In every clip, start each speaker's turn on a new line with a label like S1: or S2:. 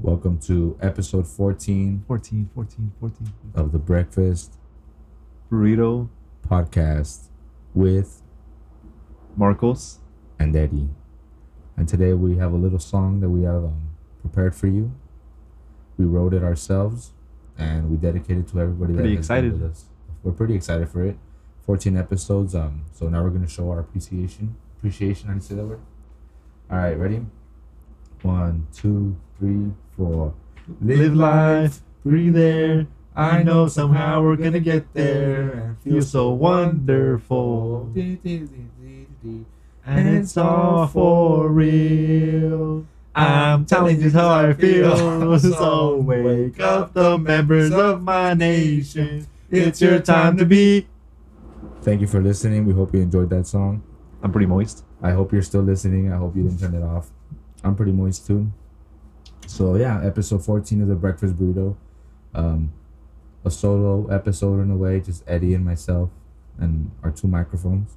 S1: Welcome to episode 14
S2: 14, 14, 14.
S1: of the Breakfast
S2: Burrito,
S1: Podcast with
S2: Marcos.
S1: and Eddie. And today we have a little song that we have um, prepared for you. We wrote it ourselves and we dedicated it to everybody
S2: Pretty
S1: that has been
S2: excited.
S1: with us. We're pretty excited for it. 14 episodes. Um, so now we're gonna show our appreciation. Appreciation. I didn't say that word. All right, ready? One, two, three, four.
S2: Live life,
S1: breathe air.
S2: I know somehow we're gonna get there and feel so wonderful. And it's all for real. I'm telling you how I feel. So wake up the members of my nation. It's your time to be.
S1: Thank you for listening. We hope you enjoyed that song.
S2: I'm pretty moist.
S1: I hope you're still listening. I hope you didn't turn it off. I'm pretty moist too. So yeah, episode 14 of the Breakfast Burrito. Um, a solo episode in a way, just Eddie and myself and our two microphones.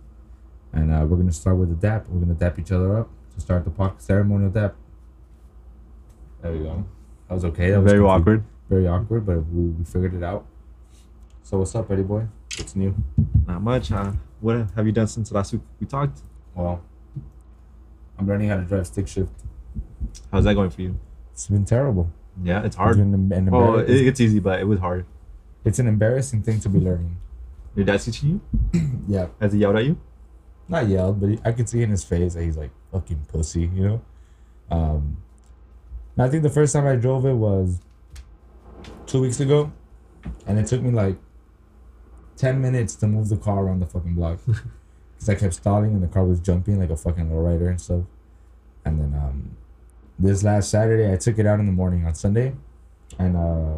S1: And uh, we're gonna start with a dap. We're gonna dap each other up to start the podcast ceremonial dap. There we go. That was okay. That was
S2: Very
S1: confu-
S2: awkward.
S1: Very awkward, but we, we figured it out. So what's up, Eddie boy? What's new?
S2: Not much, huh? What have you done since last week we talked?
S1: Well, I'm learning how to drive stick shift.
S2: How's that going for you?
S1: It's been terrible.
S2: Yeah, it's
S1: It's,
S2: hard.
S1: been an- an
S2: Well,
S1: embarrass-
S2: Oh, it, it's easy, but it was hard.
S1: it's an embarrassing thing to be learning.
S2: Your dad's teaching you?
S1: Yeah,
S2: Has he yelled at you?
S1: not yelled, but I could see in his face that he's like fucking pussy, you know. Um, and I think the first time I drove it was two weeks ago, and it took me like ten minutes to move the car around the fucking block because I kept stalling and the car was jumping like a fucking lowrider and stuff. And then um, this last Saturday, I took it out in the morning on Sunday, and uh,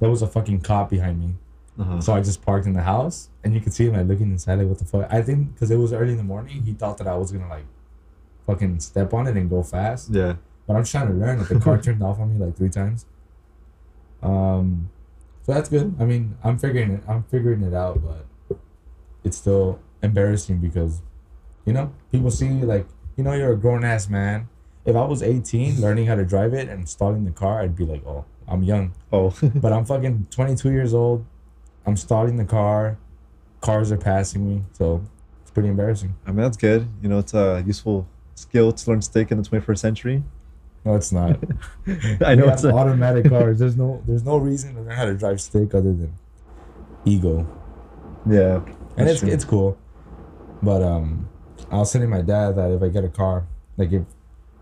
S1: there was a fucking cop behind me.
S2: Uh-huh.
S1: So I just parked in the house, and you could see him like looking inside, like what the fuck. I think because it was early in the morning, he thought that I was gonna like, fucking step on it and go fast.
S2: Yeah.
S1: But I'm trying to learn. Like the car turned off on me like three times. Um, so that's good. I mean, I'm figuring it. I'm figuring it out, but it's still embarrassing because, you know, people see you like, you know, you're a grown ass man. If I was 18, learning how to drive it and installing the car, I'd be like, oh, I'm young
S2: Oh.
S1: but I'm fucking 22 years old. I'm starting the car. Cars are passing me, so it's pretty embarrassing.
S2: I mean, that's good. You know, it's a useful skill to learn stick in the 21st century.
S1: No, it's not.
S2: I know
S1: We
S2: it's
S1: have
S2: a,
S1: automatic cars. There's no there's no reason to learn how to drive stick other than ego,
S2: yeah.
S1: and
S2: that's
S1: it's
S2: true.
S1: it's cool. But um, I was telling my dad that if I get a car, like if,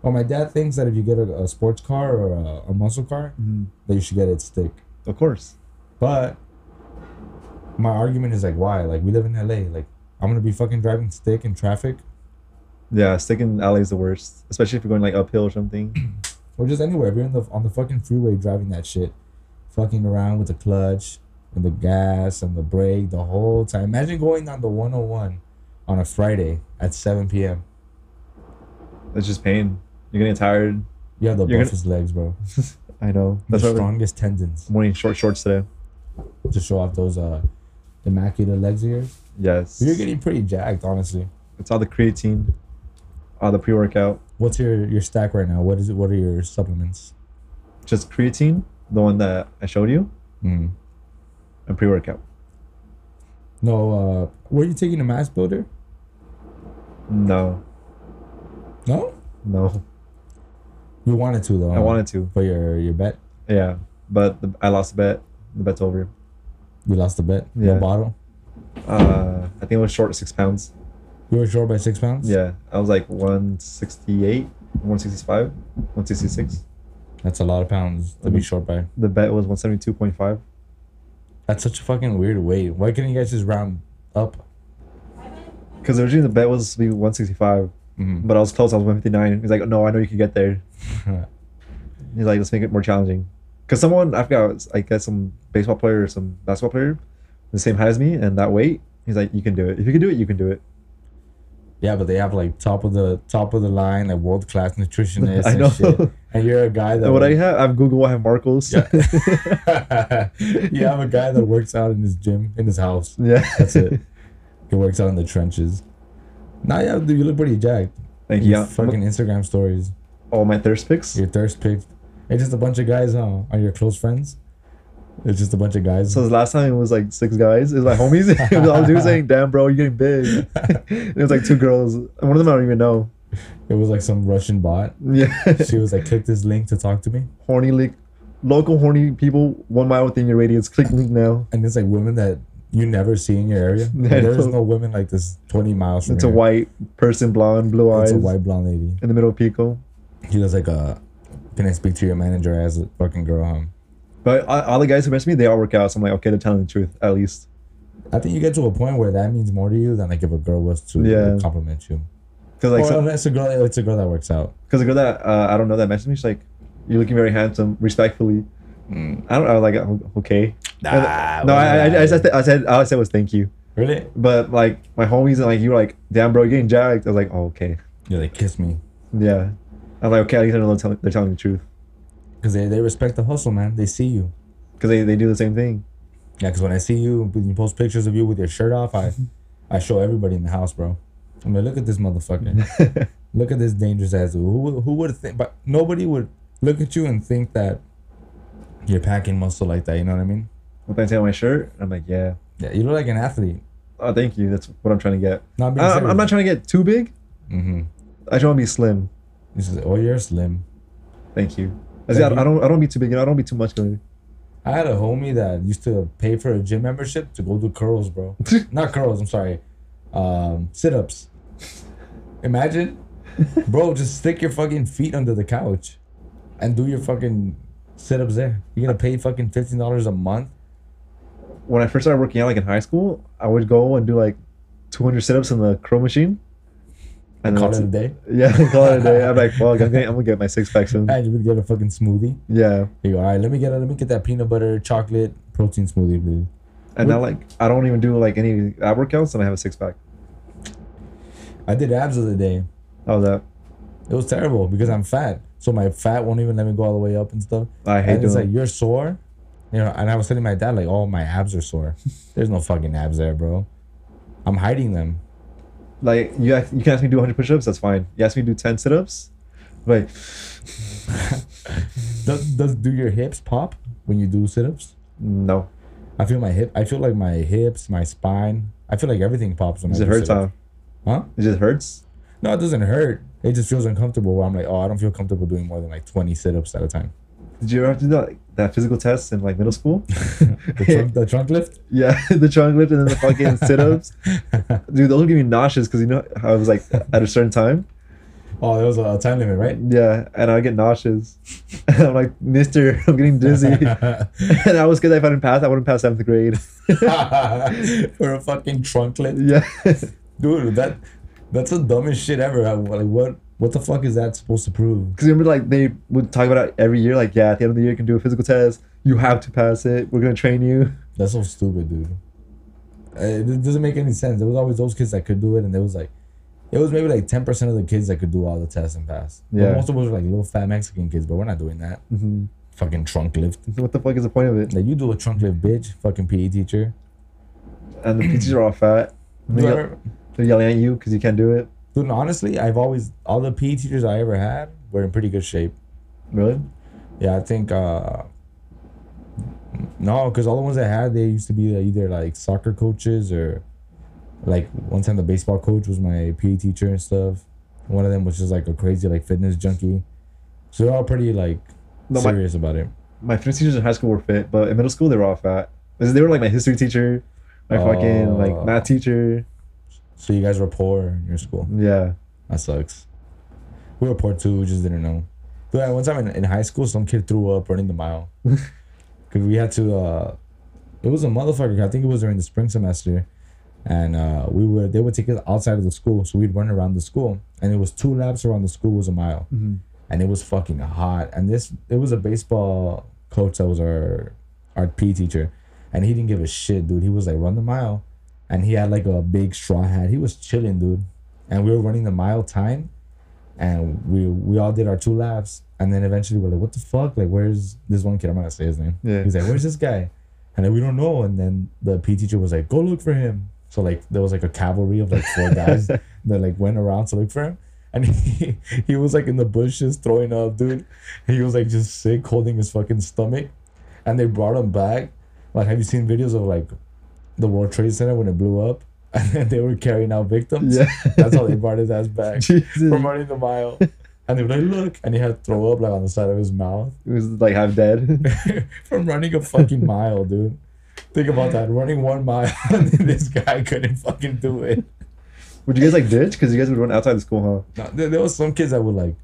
S1: well, my dad thinks that if you get a, a sports car or a, a muscle car,
S2: Mhm.
S1: that you should get it stick.
S2: of course.
S1: But my argument is like, why? Like we live in LA. Like I'm gonna be fucking driving stick in traffic.
S2: Yeah, stick in alley is the worst, especially if you're going like uphill or something.
S1: or just anywhere. If you're in the on the fucking freeway driving that shit, fucking around with the clutch and the gas and the brake the whole time. Imagine going on the 101 on a Friday at 7 p.m.
S2: It's just pain. You're getting tired.
S1: You have the
S2: You're gonna-
S1: buffest legs, bro.
S2: I know. That's
S1: the
S2: why we're
S1: strongest tendons
S2: wearing short shorts today.
S1: to show off those uh immaculate legs of yours.
S2: Yes.
S1: You're getting pretty jacked, honestly.
S2: it's all the creatine, all the pre workout.
S1: What's your your stack right now? What is it? What are your supplements?
S2: Just creatine, the one that I showed you,
S1: Mm.
S2: and pre workout.
S1: No, uh, were you taking a mass builder?
S2: No,
S1: No,
S2: no.
S1: you wanted to though.
S2: I wanted to.
S1: for your your bet.
S2: Yeah. But the, I lost the bet. The bet's over.
S1: You lost the bet.
S2: Yeah.
S1: No bottle.
S2: Uh, I think it was short six pounds.
S1: You were short by six pounds.
S2: Yeah, I was like 168, 165, 166.
S1: that's a lot of pounds
S2: Mm-hmm.
S1: to be short by.
S2: The bet was 172.5.
S1: That's such a fucking weird weight. Why couldn't you guys just round up?
S2: Because originally the bet was to be 165,
S1: Mhm.
S2: but I was close. I was 159. He's like, no, I know you can get there. He's like, let's make it more challenging. Because someone, I forgot, I guess some baseball player or some basketball player, the same height as me and that weight. He's like, you can do it. If you can do it, you can do it.
S1: yeah, but they have like top of the top of the line, like world class nutritionists
S2: I
S1: and
S2: know.
S1: shit. And you're a guy that
S2: And what I
S1: would-
S2: have, I have Google, I have Marcos.
S1: Yeah. you have a guy that works out in his gym in his house.
S2: yeah.
S1: That's it. He works out in the trenches. Now yeah, dude, you look pretty jacked.
S2: Thank you.
S1: Your
S2: Yeah.
S1: fucking Instagram stories,
S2: All my thirst picks.
S1: your thirst pick, It's just a bunch of guys, huh? Are your close friends? It's just a bunch of guys.
S2: So the last time it was like six guys. It was like homies. it was all dudes saying, "Damn, bro, you're getting big." it was like two girls. and One of them I don't even know.
S1: it was like some Russian bot.
S2: Yeah,
S1: She was like, click this link to talk to me.
S2: horny lick, local horny people one mile within your radius. Click link now.
S1: And it's like women that you never see in your area.
S2: Yeah,
S1: Like, there's
S2: no.
S1: no women like this 20 miles from
S2: It's a
S1: here.
S2: white person, blonde, blue eyes,
S1: It's a white blonde lady.
S2: in the middle of Pico.
S1: He was like, uh, can I speak to your manager as a fucking girl? Huh?
S2: But all, all the guys who messaged me, they all work out. So I'm like, okay, they're telling the truth at least.
S1: I think you get to a point where that means more to you than like if a girl was to
S2: Yeah.
S1: compliment you.
S2: Because like,
S1: or
S2: so,
S1: unless a girl, it's a girl that works out.
S2: Because the girl that uh, I don't know that messaged me, she's like, "You're looking very handsome, respectfully." I don't. I was like, "Oh, "Okay." And- no, I, I, I, just, I said all I said was thank you.
S1: really.
S2: But like my homies and like you were like, "Damn, bro, you're getting jacked." I was like, "Oh, okay."
S1: You're like kiss me,
S2: Yeah. I'm like, okay, at least I know they're telling, they're telling the truth
S1: cause they, they respect the hustle, man. They see you.
S2: because they, they do the same thing.
S1: Yeah, cause when I see you, when you post pictures of you with your shirt off, I, I show everybody in the house, bro. I'm like, look at this motherfucker. look at this dangerous ass. dude. Who who would think? But nobody would look at you and think that you're packing muscle like that. You know what I mean?
S2: What they say on my shirt, I'm like, "Yeah."
S1: Yeah, you look like an athlete.
S2: Oh, thank you. That's what I'm trying to get.
S1: Not being
S2: I, Uh, I'm, I'm not trying to get too big.
S1: Mm-hmm.
S2: I just want to be slim.
S1: This is oh, you're slim.
S2: Thank you. I, said, I, don't- I don't. I don't be too big. and I don't be too muscular.
S1: I had a homie that used to pay for a gym membership to go do curls, bro. Not curls, I'm sorry. Um, sit ups. Imagine, bro, just stick your fucking feet under the couch and do your fucking sit ups there. You're gonna pay fucking $15 a month?
S2: when I first started working out, like in high school, I would go and do like 200 sit-ups in the curl machine. And
S1: Call
S2: then
S1: it a
S2: that's-
S1: day.
S2: yeah, call it a day. I'm like, fuck, I'm, getting, I'm gonna get my six pack soon.
S1: And you would get a fucking smoothie.
S2: Yeah,
S1: You go, all right, let me get a, let me get that peanut butter chocolate protein smoothie, please.
S2: and now like I don't even do like any ab workouts, and I have a six pack.
S1: I did abs the other day.
S2: How was that?
S1: It was terrible because I'm fat. So my fat won't even let me go all the way up and stuff.
S2: I hate
S1: and
S2: doing.
S1: it's
S2: Like,
S1: like you're sore, you know. And I was telling my dad like, "Oh, my abs are sore. There's no fucking abs there, bro. I'm hiding them."
S2: like you, ask- you can ask me to do 100 push-ups. That's fine. You ask me to do 10 sit-ups. Like,
S1: Does does do your hips pop when you do sit-ups?
S2: no,
S1: I feel my hip. I feel like my hips, my spine. I feel like everything pops when
S2: it
S1: I
S2: just
S1: do
S2: hurts.
S1: sit-ups.
S2: Huh?
S1: Huh?
S2: It just hurts.
S1: No, it doesn't hurt. It just feels uncomfortable. Where I'm like, oh, I don't feel comfortable doing more than like 20 sit-ups at a time.
S2: Did you ever have to do that, that physical test in like middle school?
S1: The trunk, the trunk lift.
S2: Yeah, the trunk lift and then the fucking sit ups. Dude, those would give me nauseous because you know how I was like at a certain time.
S1: Oh, there was a time limit, right?
S2: Yeah, and I would get nauseous. And I'm like, Mister, I'm getting dizzy. and I was scared that if I didn't pass, I wouldn't pass seventh grade.
S1: For a fucking trunk lift.
S2: yeah, because
S1: dude that that's the dumbest shit ever I- like what what the fuck is that supposed to prove
S2: remember, like they would talk about it every year. Like, yeah, at the end of the year, you can do a physical test. You have to pass it. We're gonna train you.
S1: that's so stupid dude Uh, it it doesn't make any sense there was always those kids that could do it and there was like it was maybe like 10% of the kids that could do all the tests and pass But
S2: Yeah.
S1: most of us were like little fat mexican kids but we're not doing that
S2: Mhm.
S1: fucking trunk lift
S2: What the fuck is the point of it?
S1: like you do a trunk lift bitch fucking pe teacher
S2: And the teachers are all fat. And
S1: Do
S2: They
S1: I
S2: yell,
S1: remember-
S2: they're yelling at you because you can't do it.
S1: dude honestly i've always all the pe teachers i ever had were in pretty good shape
S2: Really?
S1: Yeah, I think uh no, because all the ones I had, they used to be either like soccer coaches or like one time the baseball coach was my PE teacher and stuff. One of them was just like a crazy like fitness junkie, so they're all pretty like
S2: No, my-
S1: serious about it.
S2: my fitness teachers in high school were fit, but in middle school they were all fat. 'Cause They were like my history teacher, my fucking
S1: Oh.
S2: like math teacher.
S1: So you guys were poor in your school.
S2: Yeah,
S1: That sucks. We were poor too. We just didn't know. Dude, I- one time in, in high school, some kid threw up running the mile. Cause we had to. Uh, it was a motherfucker. I think it was during the spring semester, and uh, we were they would take us outside of the school, so we'd run around the school, and it was two laps around the school was a mile,
S2: Mhm.
S1: and it was fucking hot. And this it was a baseball coach that was our our PE teacher, and he didn't give a shit, dude. He was like run the mile, and he had like a big straw hat. He was chilling, dude and we were running the mile time and we we all did our two laps and then eventually we're like what the fuck like where's this one kid i'm not gonna say his name
S2: Yeah.
S1: he's like where's this guy and then we don't know and then the p teacher was like go look for him so like there was like a cavalry of like four guys that like went around to look for him and he, he was like in the bushes throwing up, dude. He was like just sick, holding his fucking stomach, and they brought him back. Like, have you seen videos of like the World Trade Center when it blew up, and then they were carrying out victims?
S2: Yeah.
S1: That's how they brought his ass back
S2: Jesus.
S1: from running the mile. And they were like, look, and he had to throw up like on the side of his mouth
S2: It was like half dead.
S1: from running a fucking mile, dude. Think about that, running one mile, and then this guy couldn't fucking do it.
S2: would you guys like ditch? Because you guys would run outside the school,
S1: No, there, there was some kids that would like,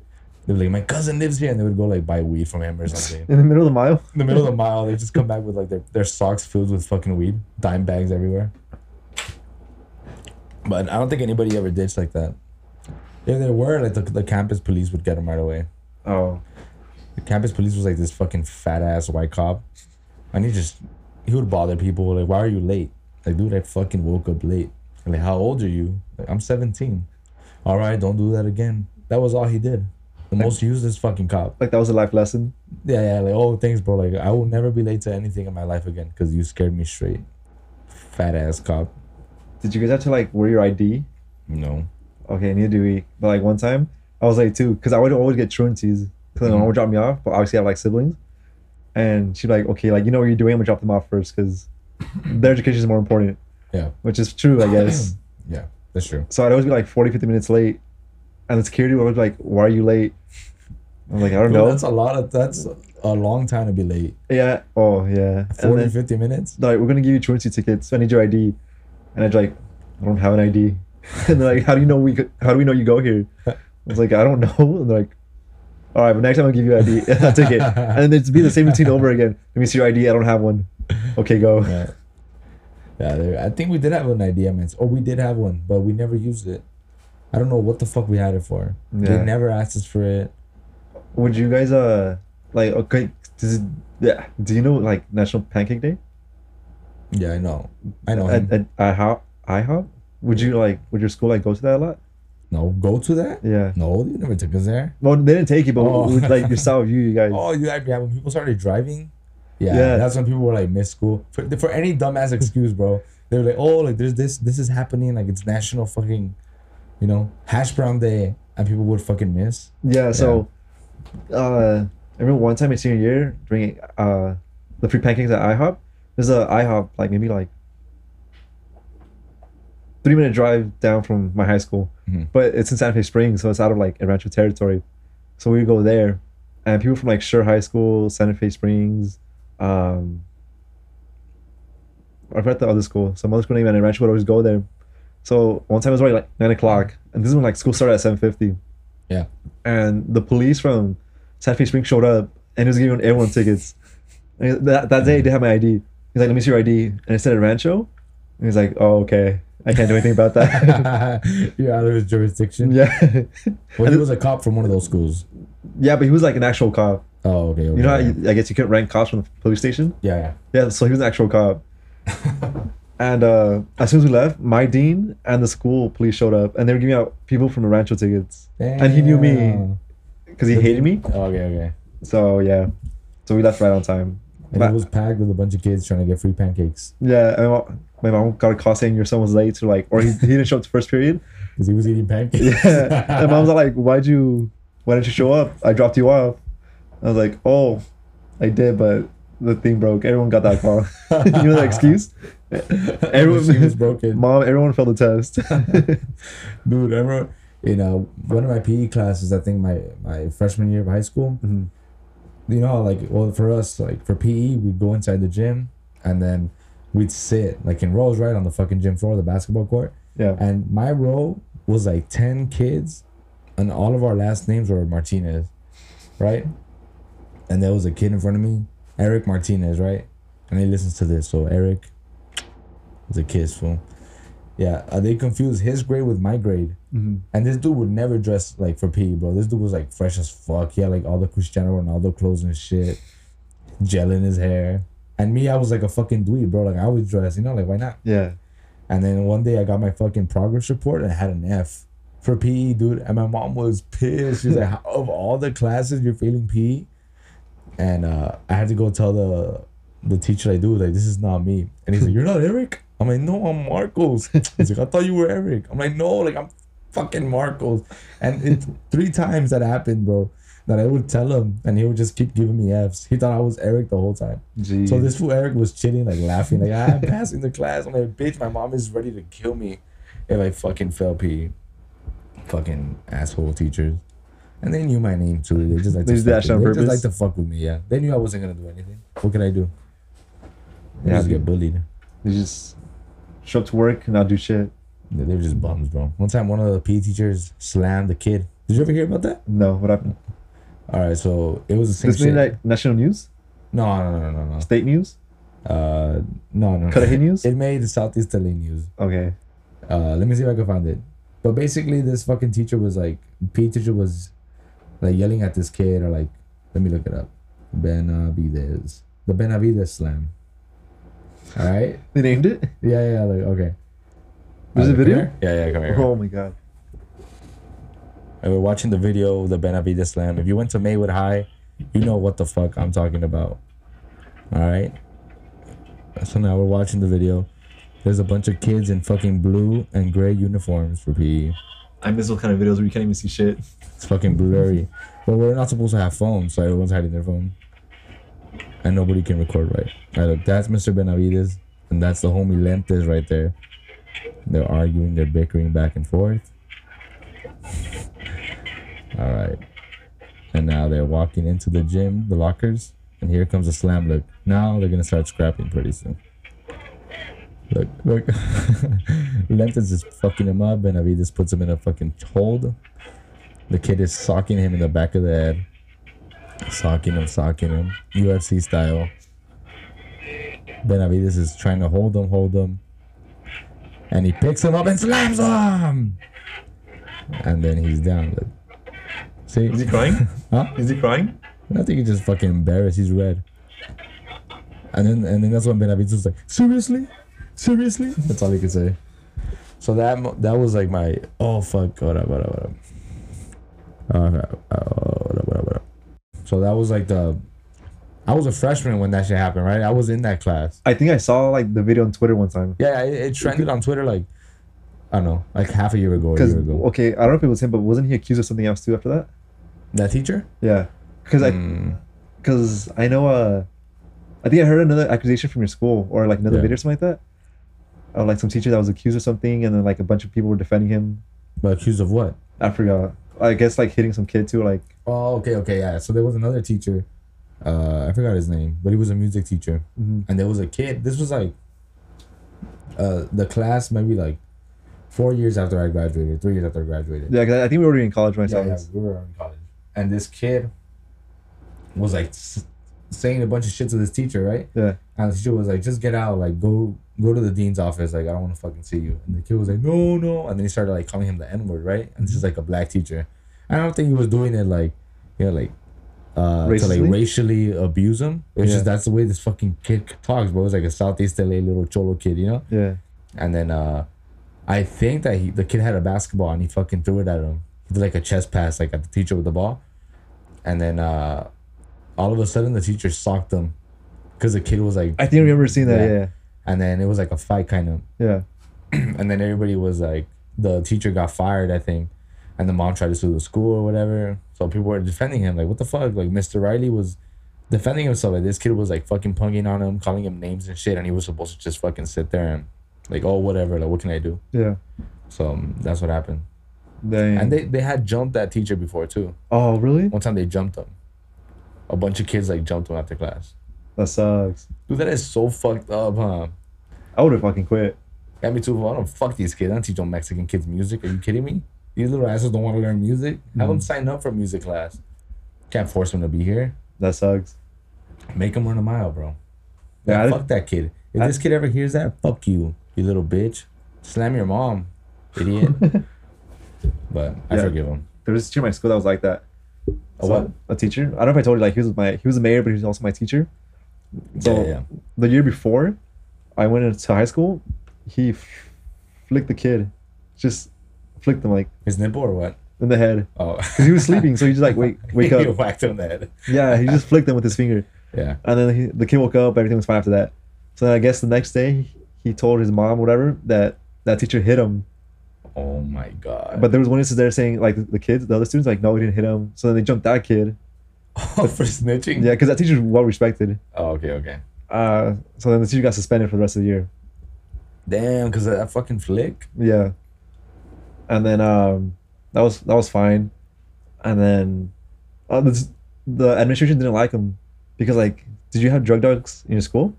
S1: they were like, my cousin lives here, and they would go like buy weed from him or
S2: huh?
S1: something.
S2: In the middle of the mile?
S1: In the middle of the mile, they just come back with like their, their socks filled with fucking weed, dime bags everywhere. But I don't think anybody ever ditched like that. If there were, like the, the campus police would get them right away.
S2: Oh.
S1: The campus police was like this fucking fat ass white cop, and he just he would bother people like, "Why are you late?" Like, dude, I fucking woke up late. Like, how old are you? Like, I'm 17. All right, don't do that again. That was all he did. The most useless fucking cop.
S2: Like that was a life lesson.
S1: Yeah, yeah. Like, oh, thanks, bro. Like, I will never be late to anything in my life again because you scared me straight. Fat ass cop.
S2: Did you guys have to like wear your ID?
S1: No.
S2: Okay, neither do we. But like one time, I was late too because I would always get truancies because my mom would drop me off. But obviously, I have like siblings, and she'd be like, okay, like you know what you're doing, I'm gonna drop them off first because their education is more important.
S1: Yeah.
S2: which is true, I guess.
S1: Yeah, that's true.
S2: so I'd always be like 40, 50 minutes late, and the security would always be like, why are you late? I'm like, I don't
S1: Dude,
S2: know.
S1: That's a lot of. That's a long time to be late.
S2: Yeah. Oh yeah.
S1: 40,
S2: and then
S1: 50 minutes.
S2: they're like, we're gonna give you truancy tickets. So I need your ID, and I'd be like, I don't have an ID. and they're like, how do you know we? go- How do we know you go here? I was like, I don't know. And they're like, all right, but next time I'll give you ID. And I'll take it. And it'd be the same routine over again. Let me see your ID. I don't have one. Okay, go.
S1: Yeah. Yeah, there, I think we did have an idea, man. Or we did have one, but we never used it. I don't know what the fuck we had it for.
S2: Yeah.
S1: They never asked us for it.
S2: Would you guys uh like okay? Does it, yeah. Do you know like National Pancake Day?
S1: Yeah, I know. I know.
S2: At,
S1: him.
S2: at IHOP, IHOP. Would you like? Would your school like go to that a lot?
S1: no, go to that?
S2: Yeah.
S1: No, they never took us there.
S2: Well, they didn't take you, but
S1: Oh.
S2: with, like yourself, you, you guys.
S1: Oh, you had yeah, when people started driving. Yeah,
S2: Yeah.
S1: that's when people were like, miss school. For, for any dumbass excuse, bro. They were like, oh, like there's this, this is happening. Like it's national fucking, you know, hash brown day. And people would fucking miss.
S2: Yeah, so uh I remember one time in senior year during uh the free pancakes at IHOP. There's a IHOP like maybe like three minute drive down from my high school.
S1: Mhm.
S2: But it's in Santa Fe Springs, so it's out of like Rancho territory. So we would go there and people from like Sure High School, Santa Fe Springs, um I forgot the other school, some other school name and Rancho would always go there. So one time it was already like nine o'clock and this is when like school started at seven fifty
S1: Yeah.
S2: and the police from Santa Fe Springs showed up and he was giving everyone tickets. And that, that day, they had my ID. He's like, let me see your ID. And I said, Rancho. And he's like, oh, okay. I can't do anything about that.
S1: You're out of his jurisdiction.
S2: yeah.
S1: Well, he was a cop from one of those schools.
S2: yeah, but he was like an actual cop.
S1: Oh, okay. okay
S2: You know how
S1: yeah.
S2: you, I guess you couldn't rank cops from the police station?
S1: Yeah, yeah.
S2: Yeah, so he was an actual cop. and uh, as soon as we left, my dean and the school police showed up and they were giving out people from the Rancho tickets And he knew me.
S1: Damn.
S2: because he hated me.
S1: Okay, okay.
S2: So, yeah. So we left right on time.
S1: And
S2: But-
S1: it was packed with a bunch of kids trying to get free pancakes
S2: Yeah, I wa- my mom got a call saying your son was late to like, or he, he didn't show up to first period.
S1: because he was eating pancakes.
S2: Yeah, and mom's all like, "Why'd you? Why didn't you show up? I dropped you off." I was like, "Oh, I did, but the thing broke. Everyone got that call. you know that excuse? Everyone
S1: Machine was broken.
S2: Mom, everyone failed the test.
S1: Dude, I remember in uh, one of my PE classes, I think my, my freshman year of high school,
S2: Mhm.
S1: you know, like, well, for us, like for PE, we'd go inside the gym and then we'd sit like in rows, right, on the fucking gym floor, the basketball court.
S2: yeah,
S1: And my row was like 10 kids, and all of our last names were Martinez, right? And there was a kid in front of me, Eric Martinez, right? And he listens to this. So, Eric was a kiss, fool. Yeah, uh, they confused his grade with my grade.
S2: Mhm.
S1: And this dude would never dress like for PE, bro. This dude was like fresh as fuck. He had like all the Cristiano Ronaldo clothes and shit, gel in his hair. And me, I was like a fucking dweeb, bro. Like, I always dress, you know, like, why not?
S2: yeah.
S1: And then one day I got my fucking progress report and I had an F for PE, dude. And my mom was pissed. She's like, "How- of all the classes, you're failing PE. And uh, I had to go tell the the teacher, like, dude, like, this is not me. And he's like, you're not Eric? I'm like, no, I'm Marcos. He's like, I thought you were Eric. I'm like, no, like, I'm fucking Marcos. And it, three times that happened, bro. That I would tell him, and he would just keep giving me Fs. He thought I was Eric the whole time.
S2: Jeez.
S1: So this fool Eric was chilling, like laughing, like "Ah, I'm passing the class. I'm like, bitch, my mom is ready to kill me if I fucking fail PE. Fucking asshole teachers. And they knew my name too. They just like
S2: They
S1: to
S2: did
S1: fuck
S2: that shit
S1: with-
S2: on
S1: they just like
S2: purpose?
S1: to fuck with me. Yeah, they knew I wasn't gonna do anything. What could I do? I
S2: Yeah,
S1: just
S2: dude.
S1: get bullied.
S2: They just show up to work and not do shit.
S1: They they were just bums, bro. One time, one of the PE teachers slammed the kid. Did you ever hear about that?
S2: No, what happened?
S1: All right, so it was the same
S2: This mean
S1: shit.
S2: like national news,
S1: no, no, no, no, no, no.
S2: state news,
S1: Uh, no, no.
S2: Cudahy
S1: no.
S2: news.
S1: It made the Southeast LA news.
S2: Okay,
S1: uh, let me see if I can find it. But basically, this fucking teacher was like, P teacher was like yelling at this kid, or like, let me look it up. Benavides. The Benavides slam. All right?
S2: they named it.
S1: Yeah, yeah, yeah, like, okay.
S2: There's a
S1: Alright, come
S2: video?
S1: here. Yeah, Uh, yeah, come here.
S2: Oh my god.
S1: And we're watching the video of the Benavides slam. If you went to Maywood High, you know what the fuck I'm talking about. All right. So now we're watching the video. There's a bunch of kids in fucking blue and gray uniforms for PE.
S2: I miss those kind of videos where you can't even see shit.
S1: It's fucking blurry. But we're not supposed to have phones, so everyone's hiding their phone. And nobody can record right. All right, look, that's Mr. Benavides, and that's the homie Lentes right there. They're arguing, they're bickering back and forth. All right. And now they're walking into the gym, the lockers, and here comes a slam look. Now they're gonna start scrapping pretty soon. Look, look. Lentes is fucking him up. Benavides puts him in a fucking hold. The kid is socking him in the back of the head. Socking him, socking him. UFC style. Benavides is trying to hold him, hold him. And he picks him up and slams him! And then he's down. Look. See?
S3: Is he crying?
S1: Huh?
S3: Is he crying?
S1: I think he's just fucking embarrassed. He's red. And then and then that's when Benavides was like, seriously, seriously. That's all he could say. So that mo- that was like my oh fuck what up what up what up. Uh, uh, what up what up what up. So that was like the. I was a freshman when that shit happened, right? I was in that class.
S2: I think I saw like the video on Twitter one time.
S1: Yeah, it, it trended on Twitter like, I don't know, like half a year ago, or a
S2: Because
S1: year ago.
S2: okay, I don't know if it was him, but wasn't he accused of something else too after that?
S1: That teacher?
S2: Yeah, because I
S1: Mm,
S2: because I know uh, I think I heard another accusation from your school or like another
S1: Yeah.
S2: video or something like that, or like some teacher that was accused of something, and then like a bunch of people were defending him.
S1: but accused of what?
S2: I forgot. I guess like hitting some kid too. Like
S1: Oh, okay, okay, yeah. So there was another teacher. Uh, I forgot his name, but he was a music teacher,
S2: Mhm.
S1: and there was a kid. This was like, uh, the class maybe like four years after I graduated, three years after I graduated.
S2: yeah, 'cause I think we were already in college when I saw
S1: yeah, yeah,
S2: this.
S1: we were in college, and this kid was like s- saying a bunch of shit to this teacher, right?
S2: Yeah.
S1: And the teacher was like, "Just get out, like go go to the dean's office, like I don't want to fucking see you." And the kid was like, "No, no," and then he started like calling him the N word, right? And this is like a black teacher. I don't think he was doing it like, you know, like. Uh, to like
S2: Racistly?
S1: racially abuse him. It's
S2: Yeah.
S1: just that's the way this fucking kid talks, bro. It's like a Southeast LA little cholo kid, you know.
S2: Yeah.
S1: And then uh, I think that he the kid had a basketball and he fucking threw it at him. He did like a chest pass, like at the teacher with the ball. And then uh, all of a sudden the teacher socked him because the kid was like,
S2: I think I remember seeing that.
S1: Yeah.
S2: Yeah. Yeah.
S1: and then it was like a fight kind of.
S2: yeah.
S1: And then everybody was like, the teacher got fired, I think. And the mom tried to sue the school or whatever. So people were defending him. Like, what the fuck? Like, Mr. Riley was defending himself. Like, this kid was like fucking punking on him, calling him names and shit. And he was supposed to just fucking sit there and, like, oh, whatever. Like, what can I do?
S2: Yeah.
S1: So um, that's what happened.
S2: Dang.
S1: And they, they had jumped that teacher before too.
S2: oh really?
S1: One time they jumped him. A bunch of kids like jumped him after class.
S2: That sucks.
S1: Dude, that is so fucked up, huh?
S2: I would have fucking quit.
S1: Yeah, me too. I don't fuck these kids. I don't teach no Mexican kids music. Are you kidding me? These little assholes don't want to learn music. Have
S2: Mm-hmm.
S1: them sign up for music class. Can't force them to be here.
S2: That sucks.
S1: Make them run a mile, bro.
S2: Yeah,
S1: Yeah,
S2: I-
S1: fuck that kid. If
S2: I-
S1: this kid ever hears that, fuck you, you little bitch. Slam your mom, idiot. but I
S2: Yeah.
S1: forgive him.
S2: There was a teacher in my school that was like that.
S1: A
S2: So-
S1: what?
S2: A teacher. I don't know if I told you. Like he was my he was a mayor, but he was also my teacher. So
S1: yeah, yeah.
S2: the year before, I went into high school. He f- flicked the kid, just flicked him like
S1: His nipple or what?
S2: in the head
S1: Oh,
S2: because he was sleeping. So he just like wake wake
S1: you
S2: up.
S1: whacked him in the head.
S2: Yeah, he just flicked him with his finger,
S1: Yeah.
S2: and then he, the kid woke up. Everything was fine after that. So then I guess the next day he told his mom whatever that that teacher hit him
S1: Oh my god!
S2: But there was one instance there saying like the- the kids, the other students, like no, we didn't hit him. So then they jumped that kid.
S1: Oh, for snitching.
S2: Yeah, because that teacher's well respected.
S1: Oh, okay, okay.
S2: Uh, so then the teacher got suspended for the rest of the year.
S1: Damn, because of that fucking flick.
S2: Yeah. And then um, that was that was fine. And then uh, the the administration didn't like him because like, did you have drug dogs in your school?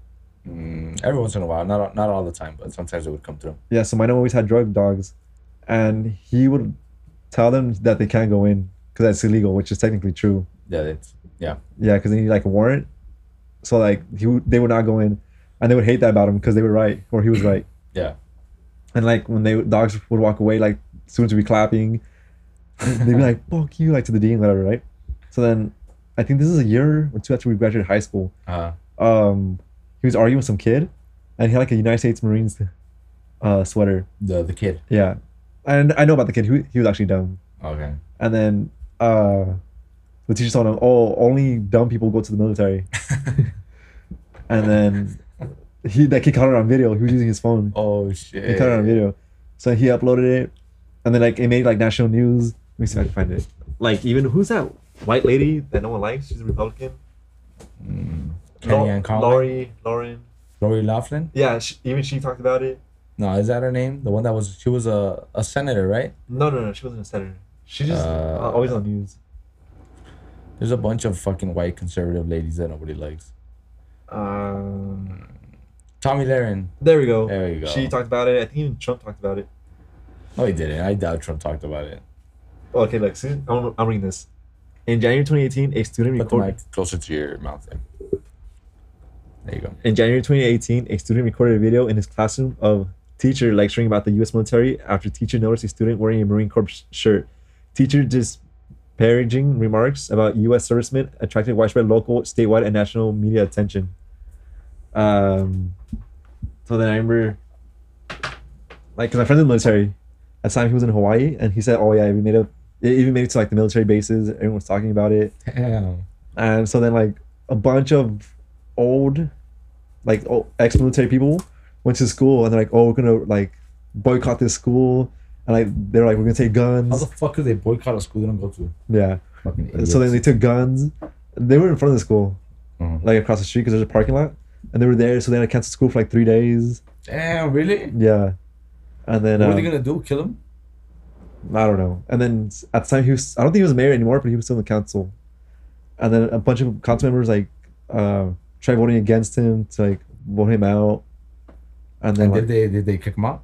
S1: Mm, every once in a while, not all- not all the time, but sometimes it would come through.
S2: Yeah, so mine always had drug dogs, and he would tell them that they can't go in because that's illegal, which is technically true.
S1: Yeah, it's
S2: Yeah, because they need like a warrant. So like he would, they would not go in, and they would hate that about him because they were right or he was right.
S1: Yeah.
S2: And like when they dogs would walk away, like students would be clapping. They'd be like "fuck you" like to the dean, whatever, right? So then, I think this is a year or two after we graduated high school.
S1: uh,
S2: Um, he was arguing with some kid, and he had like a United States Marines uh, sweater.
S1: the the kid.
S2: Yeah, and I know about the kid. He he was actually dumb.
S1: Okay.
S2: And then uh, the teacher told him, "Oh, only dumb people go to the military." and then he that kid caught it on video. He was using his phone.
S1: Oh
S2: He
S1: shit.
S2: caught it on video, so he uploaded it, and then like it made like national news. Let me see if I can find it. Like even who's that white lady that no one likes? She's a Republican.
S1: Mm.
S2: Lau-
S1: Kellyanne Conway?
S2: Lori, Lauren.
S1: Lori Laughlin.
S2: Yeah, she, even she talked about it.
S1: No, is that her name? The one that was she was a, a senator, right?
S2: No, no, no. She wasn't a senator. She
S1: Uh,
S2: uh, always on news.
S1: There's a bunch of fucking white conservative ladies that nobody likes.
S2: Um,
S1: Tommy Lahren.
S2: there we go.
S1: There you go.
S2: She talked about it. I think even Trump talked about it.
S1: No, he didn't. I doubt Trump talked about it.
S2: Okay, look, see, I'm, I'm reading this. In January 2018, a student
S1: Put the
S2: recorded.
S1: mic closer to your mouth. There, there you go.
S2: In January 2018, a student recorded a video in his classroom of teacher lecturing about the U.S. military after teacher noticed a student wearing a Marine Corps sh- shirt. Teacher disparaging remarks about U.S. servicemen attracted widespread local, statewide, and national media attention. Um, so then I remember, like, because my friend's in the military. At the time, he was in Hawaii, and he said, "Oh yeah, we made up. It even made it to like the military bases. Everyone's talking about it."
S1: Damn.
S2: and so then like a bunch of old like o- ex-military people went to school and they're like oh we're gonna like boycott this school and like they're like we're gonna take
S1: How
S2: guns
S1: the fuck do they boycott a school they don't go to?
S2: yeah
S1: Fucking
S2: so then they took guns they were in front of the school
S1: Mhm.
S2: like across the street because there's a parking lot and they were there so then i canceled school for like three days
S1: Damn, really?
S2: yeah and then
S1: What are
S2: uh,
S1: they gonna do? Kill him?
S2: I don't know. And then s- at the time he was, I don't think he was mayor anymore, but he was still in the council. And then a bunch of council members like uh, tried voting against him to like vote him out. And then
S1: And did
S2: like,
S1: they did they kick him out?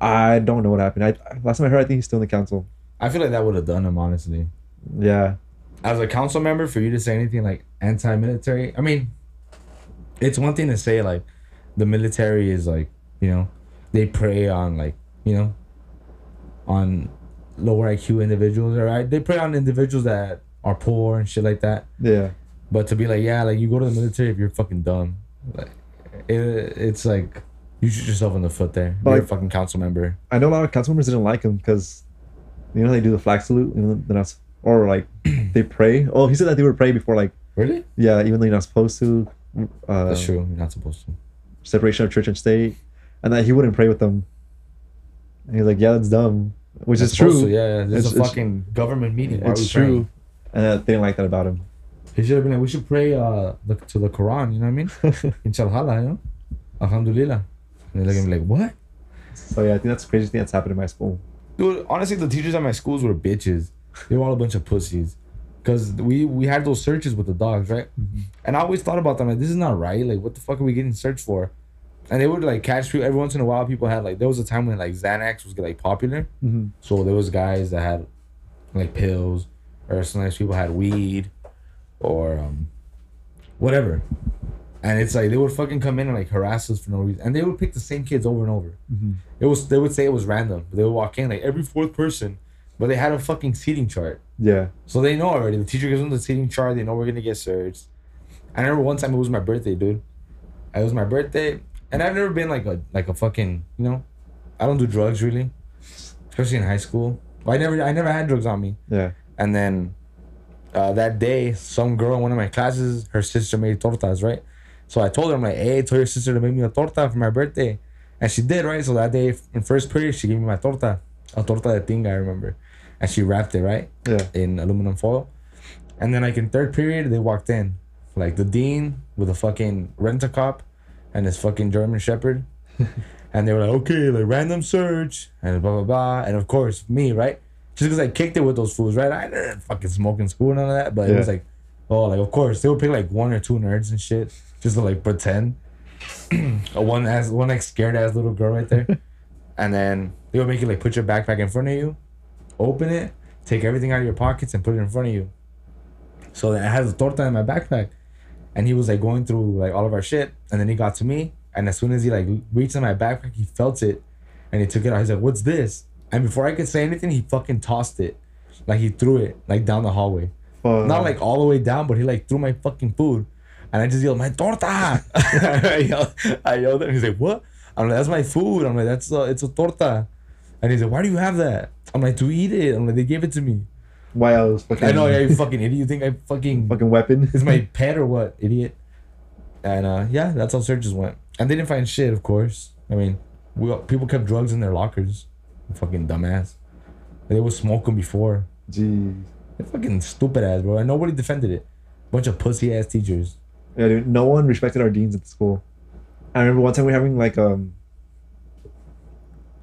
S2: I don't know what happened. I last time I heard, I think he's still in the council.
S1: I feel like that would have done him honestly.
S2: Yeah,
S1: As a council member, for you to say anything like anti-military, I mean, it's one thing to say like the military is like you know they prey on like you know on lower IQ individuals, all right? They prey on individuals that are poor and shit like that.
S2: yeah,
S1: But to be like, yeah, like you go to the military if you're fucking dumb, like it, it's like you shoot yourself in the foot there.
S2: But
S1: you're a
S2: like-
S1: fucking council member.
S2: I know a lot of council members didn't like him because you know how they do the flag salute and they're not, s- or like they pray. Oh, he said that they were praying before, like
S1: Really?
S2: yeah, even though you're not supposed to. Uh,
S1: That's true. You're not supposed to.
S2: separation of church and state, and that he wouldn't pray with them. And he's like, yeah, that's dumb, which
S1: That's
S2: is true.
S1: To, yeah, yeah. This
S2: It's-
S1: is a
S2: it's-
S1: fucking government meeting. Why are
S2: It's
S1: we
S2: true.
S1: praying?
S2: And uh, they didn't like that about him.
S1: He should have been like, we should pray uh the, to the Quran. You know what I mean? Inshallah, you know. Alhamdulillah. And they're gonna be like, what?
S2: So yeah, I think that's the craziest thing that's happened in my school.
S1: Dude, honestly, the teachers at my schools were bitches. They were all a bunch of pussies. Cause we we had those searches with the dogs, right? And I always thought about them like, this is not right. Like, what the fuck are we getting searched for? And they would like catch people every once in a while. People had like there was a time when like Xanax was like popular,
S2: Mhm.
S1: so there was guys that had like pills, or sometimes people had weed, or um, whatever. And it's like they would fucking come in and like harass us for no reason, and they would pick the same kids over and over. It was they would say it was random. But they would walk in like every fourth person, but they had a fucking seating chart,
S2: Yeah,
S1: so they know already. The teacher gives them the seating chart. They know we're gonna get searched. I remember one time it was my birthday, dude. It was my birthday, and I've never been like a like a fucking you know, I don't do drugs really, especially in high school. I never I never had drugs on me.
S2: yeah.
S1: And then uh, that day, some girl in one of my classes, her sister made tortas, right? So I told her, I'm like, hey, tell your sister to make me a torta for my birthday. And she did, right? So that day in first period, she gave me my torta. a torta de tinga, I remember. And she wrapped it, right?
S2: Yeah.
S1: in aluminum foil. And then like in third period, they walked in, like the dean with a fucking rent a cop, and his fucking German Shepherd, and they were like, okay, like random search and blah blah blah, and of course me, right? Just because I kicked it with those fools, right? I didn't fucking smoke in school and all that, but it was
S2: Yeah.
S1: like, oh, like of course they would pick like one or two nerds and shit just to like pretend. a one ass, one like scared ass little girl right there, and then they would make you like put your backpack in front of you, open it, take everything out of your pockets and put it in front of you. So I had the torta in my backpack, and he was like going through like all of our shit, and then he got to me, and as soon as he like reached in my backpack, he felt it, and he took it out. He's like, "What's this?" And before I could say anything, he fucking tossed it, like he threw it like down the hallway.
S2: Fuck.
S1: Not like all the way down, but he like threw my fucking food, and I just yelled, "My torta!" I, yelled, I yelled at him. He's like, "What?" I'm like, "That's my food." I'm like, "That's a, it's a torta," and he's like, "Why do you have that?" I'm like, "To eat it." I'm like, "They gave it to me."
S2: wild fucking
S1: I know, yeah, you fucking idiot. You think I fucking
S2: fucking weapon.
S1: is my pet or what, idiot? And uh, yeah, that's how searches went. And they didn't find shit, of course. I mean, we people kept drugs in their lockers. Fucking dumbass. They would smoke them before.
S2: Jeez.
S1: They fucking stupid ass, bro. And nobody defended it. Bunch of pussy ass teachers.
S2: Yeah, dude. No one respected our deans at the school. I remember one time we were having like um,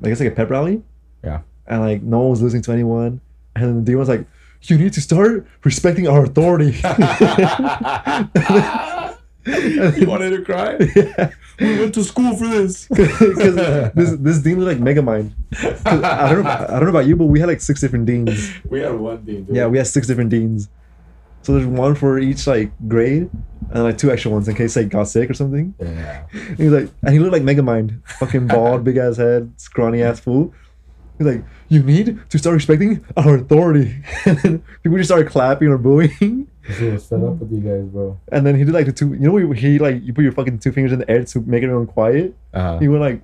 S2: I guess like a pep rally.
S1: Yeah.
S2: And like no one was listening to anyone, and then the dean was like, "You need to start respecting our authority."
S1: you wanted to cry? We went to school for this.
S2: Because this this dean was like mega mind. I don't know. I don't know about you, but we had like six different deans.
S1: We had one thing.
S2: Yeah, we had six different deans. So there's one for each like grade, and like two extra ones in case like got sick or something.
S1: Yeah.
S2: And he's like, and he looked like Megamind, fucking bald, big ass head, scrawny ass fool. He's like, you need to start respecting our authority. and then people just started clapping or booing.
S1: was set up with you guys, bro.
S2: And then he did like the two, you know, where he like you put your fucking two fingers in the air to make everyone quiet.
S1: Uh-huh.
S2: He went like,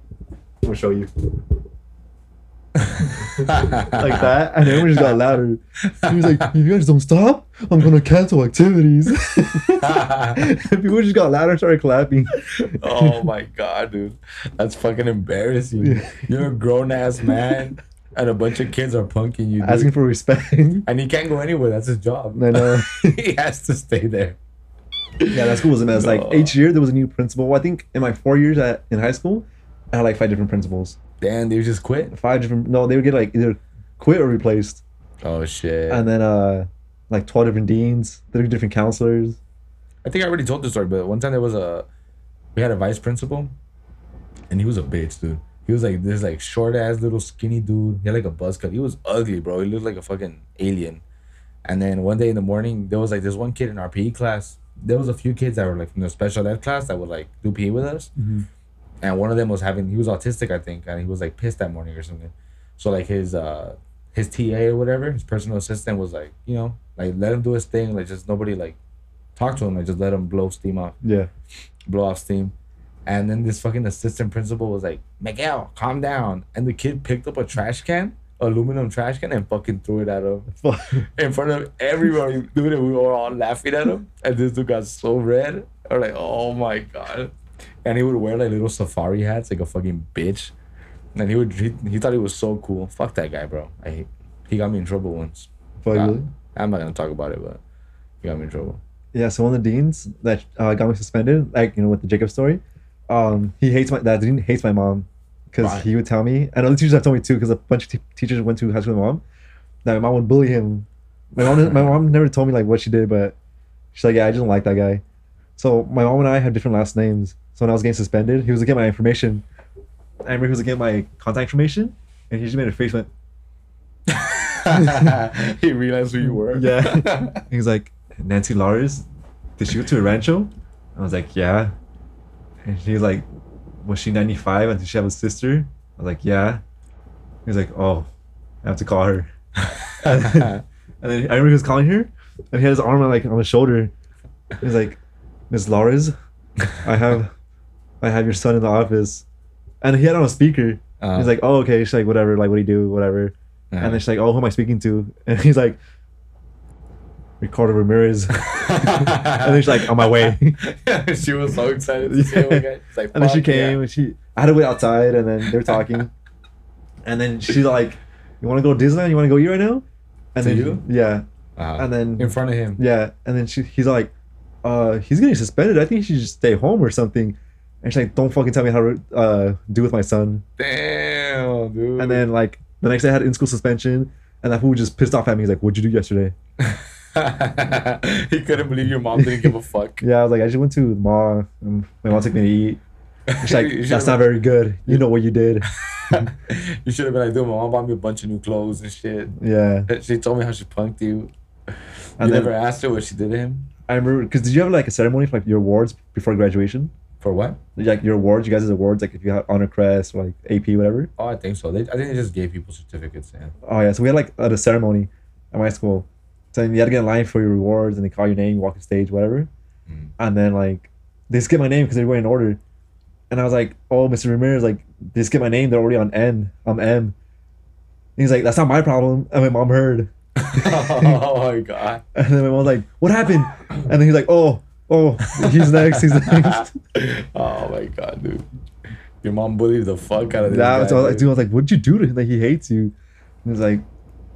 S2: "I'll show you," like that, and everyone just got louder. He was like, "If you guys don't stop, I'm gonna cancel activities." and people just got louder and started clapping.
S1: oh my god, dude, that's fucking embarrassing.
S2: Yeah.
S1: You're a grown ass man, and a bunch of kids are punking you, dude.
S2: asking for respect.
S1: and he can't go anywhere. That's his job.
S2: I know.
S1: he has to stay there.
S2: Yeah, that school was a mess. Like each year there was a new principal. I think in my four years at in high school, I had like five different principals.
S1: Damn, they just quit.
S2: Five different. No, they would get like either quit or replaced,
S1: Oh shit.
S2: and then uh like twelve different deans, thirty different counselors.
S1: I think I already told this story, but one time there was a, we had a vice principal, and he was a bitch, dude. He was like this like short ass little skinny dude. He had like a buzz cut. He was ugly, bro. He looked like a fucking alien. And then one day in the morning, there was like this one kid in our PE class. There was a few kids that were like from the special ed class that would like do PE with us.
S2: Mhm.
S1: And one of them was having he was autistic, I think, and he was like pissed that morning or something. So like his uh his TA or whatever, his personal assistant was like, you know, like let him do his thing, like just nobody like talk to him, like just let him blow steam off
S2: Yeah.
S1: blow off steam. And then this fucking assistant principal was like, Miguel, calm down. And the kid picked up a trash can, aluminum trash can, and fucking threw it at him
S2: Fuck.
S1: in front of everybody. Dude, and we were all laughing at him. And this dude got so red. I'm like, oh my God. And he would wear like little safari hats, like a fucking bitch. And he would, he, he thought he was so cool. Fuck that guy, bro. I hate. He got me in trouble once.
S2: Fuck,
S1: Uh,
S2: really?
S1: I'm not gonna talk about it, but he got me in trouble.
S2: Yeah. So one of the deans that uh, got me suspended, like you know with the Jacob story, um, he hates my that dean hates my mom because
S1: Right.
S2: he would tell me, and other teachers have told me too, because a bunch of t- teachers went to high school with my mom, that my mom would bully him. My mom, my mom never told me like what she did, but she's like, yeah, I just don't like that guy. So my mom and I have different last names. So when I was getting suspended, he was looking at my information. I remember he was looking at my contact information, and he just made a face went,
S1: he realized who you were.
S2: Yeah. He was like, Nancy Lawrence, did she go to a rancho? I was like, yeah. And he was like, was she 95 and did she have a sister? I was like, yeah. He was like, oh, I have to call her. and then I remember he was calling her and he had his arm on, like on his shoulder. He was like, Miss Lawrence, I have I have your son in the office. And he had it on a speaker.
S1: Uh,
S2: He's like, oh, okay. She's like, whatever. Like, what do you do? Whatever. And then she's like, oh, who am I speaking to? And he's like, Ricardo Ramirez. and then she's like, "Um, on my way. and
S1: she was so excited to see him again. She's like,
S2: then she
S1: "Fuck yeah."
S2: came and she, I had to wait outside and then they were talking. and then she like, you want to go to Disneyland? You want to go here right now? And
S1: To
S2: then
S1: you?
S2: yeah,
S1: Uh,
S2: and then
S1: in front of him.
S2: yeah, and then she, he's like, uh, he's getting suspended. I think he should just stay home or something. And she's like, don't fucking tell me how to uh, do with my son.
S1: Damn, dude.
S2: And then like the next day I had in school suspension, and that fool just pissed off at me. He's like, what'd you do yesterday?
S1: he couldn't believe your mom didn't give a fuck.
S2: Yeah, I was like, I just went to the mall. and My mom took me to eat. She's
S1: You
S2: like, that's not
S1: should've-
S2: very good. You know what you did.
S1: you should have been like, dude, my mom bought me a bunch of new clothes and shit.
S2: Yeah.
S1: She told me how she punked you. You
S2: And then
S1: never asked her what she did to him?
S2: I remember because did you have like a ceremony for like your awards before graduation?
S1: For what?
S2: Like your awards, you guys' awards, like if you had honor crest or like AP, whatever.
S1: Oh, I think so. They, I think they just gave people certificates. Yeah.
S2: Oh yeah, so we had like at a ceremony at my school. So you had to get in line for your rewards, and they call your name, you walk the stage, whatever.
S1: Mm.
S2: And then like they skip my name because they were in order, and I was like, "Oh, Mr. Ramirez, like they skip my name. They're already on N. I'm M." And he's like, "That's not my problem." And my mom heard,
S1: oh my god.
S2: and then my mom was like, "What happened?" And then he's like, "Oh, oh, he's next. He's next."
S1: oh my god, dude. Your mom bullied the fuck out of this
S2: That was,
S1: guy,
S2: I was like,
S1: dude.
S2: dude, I was like, what'd you do to him? Like, he hates you. And it's like,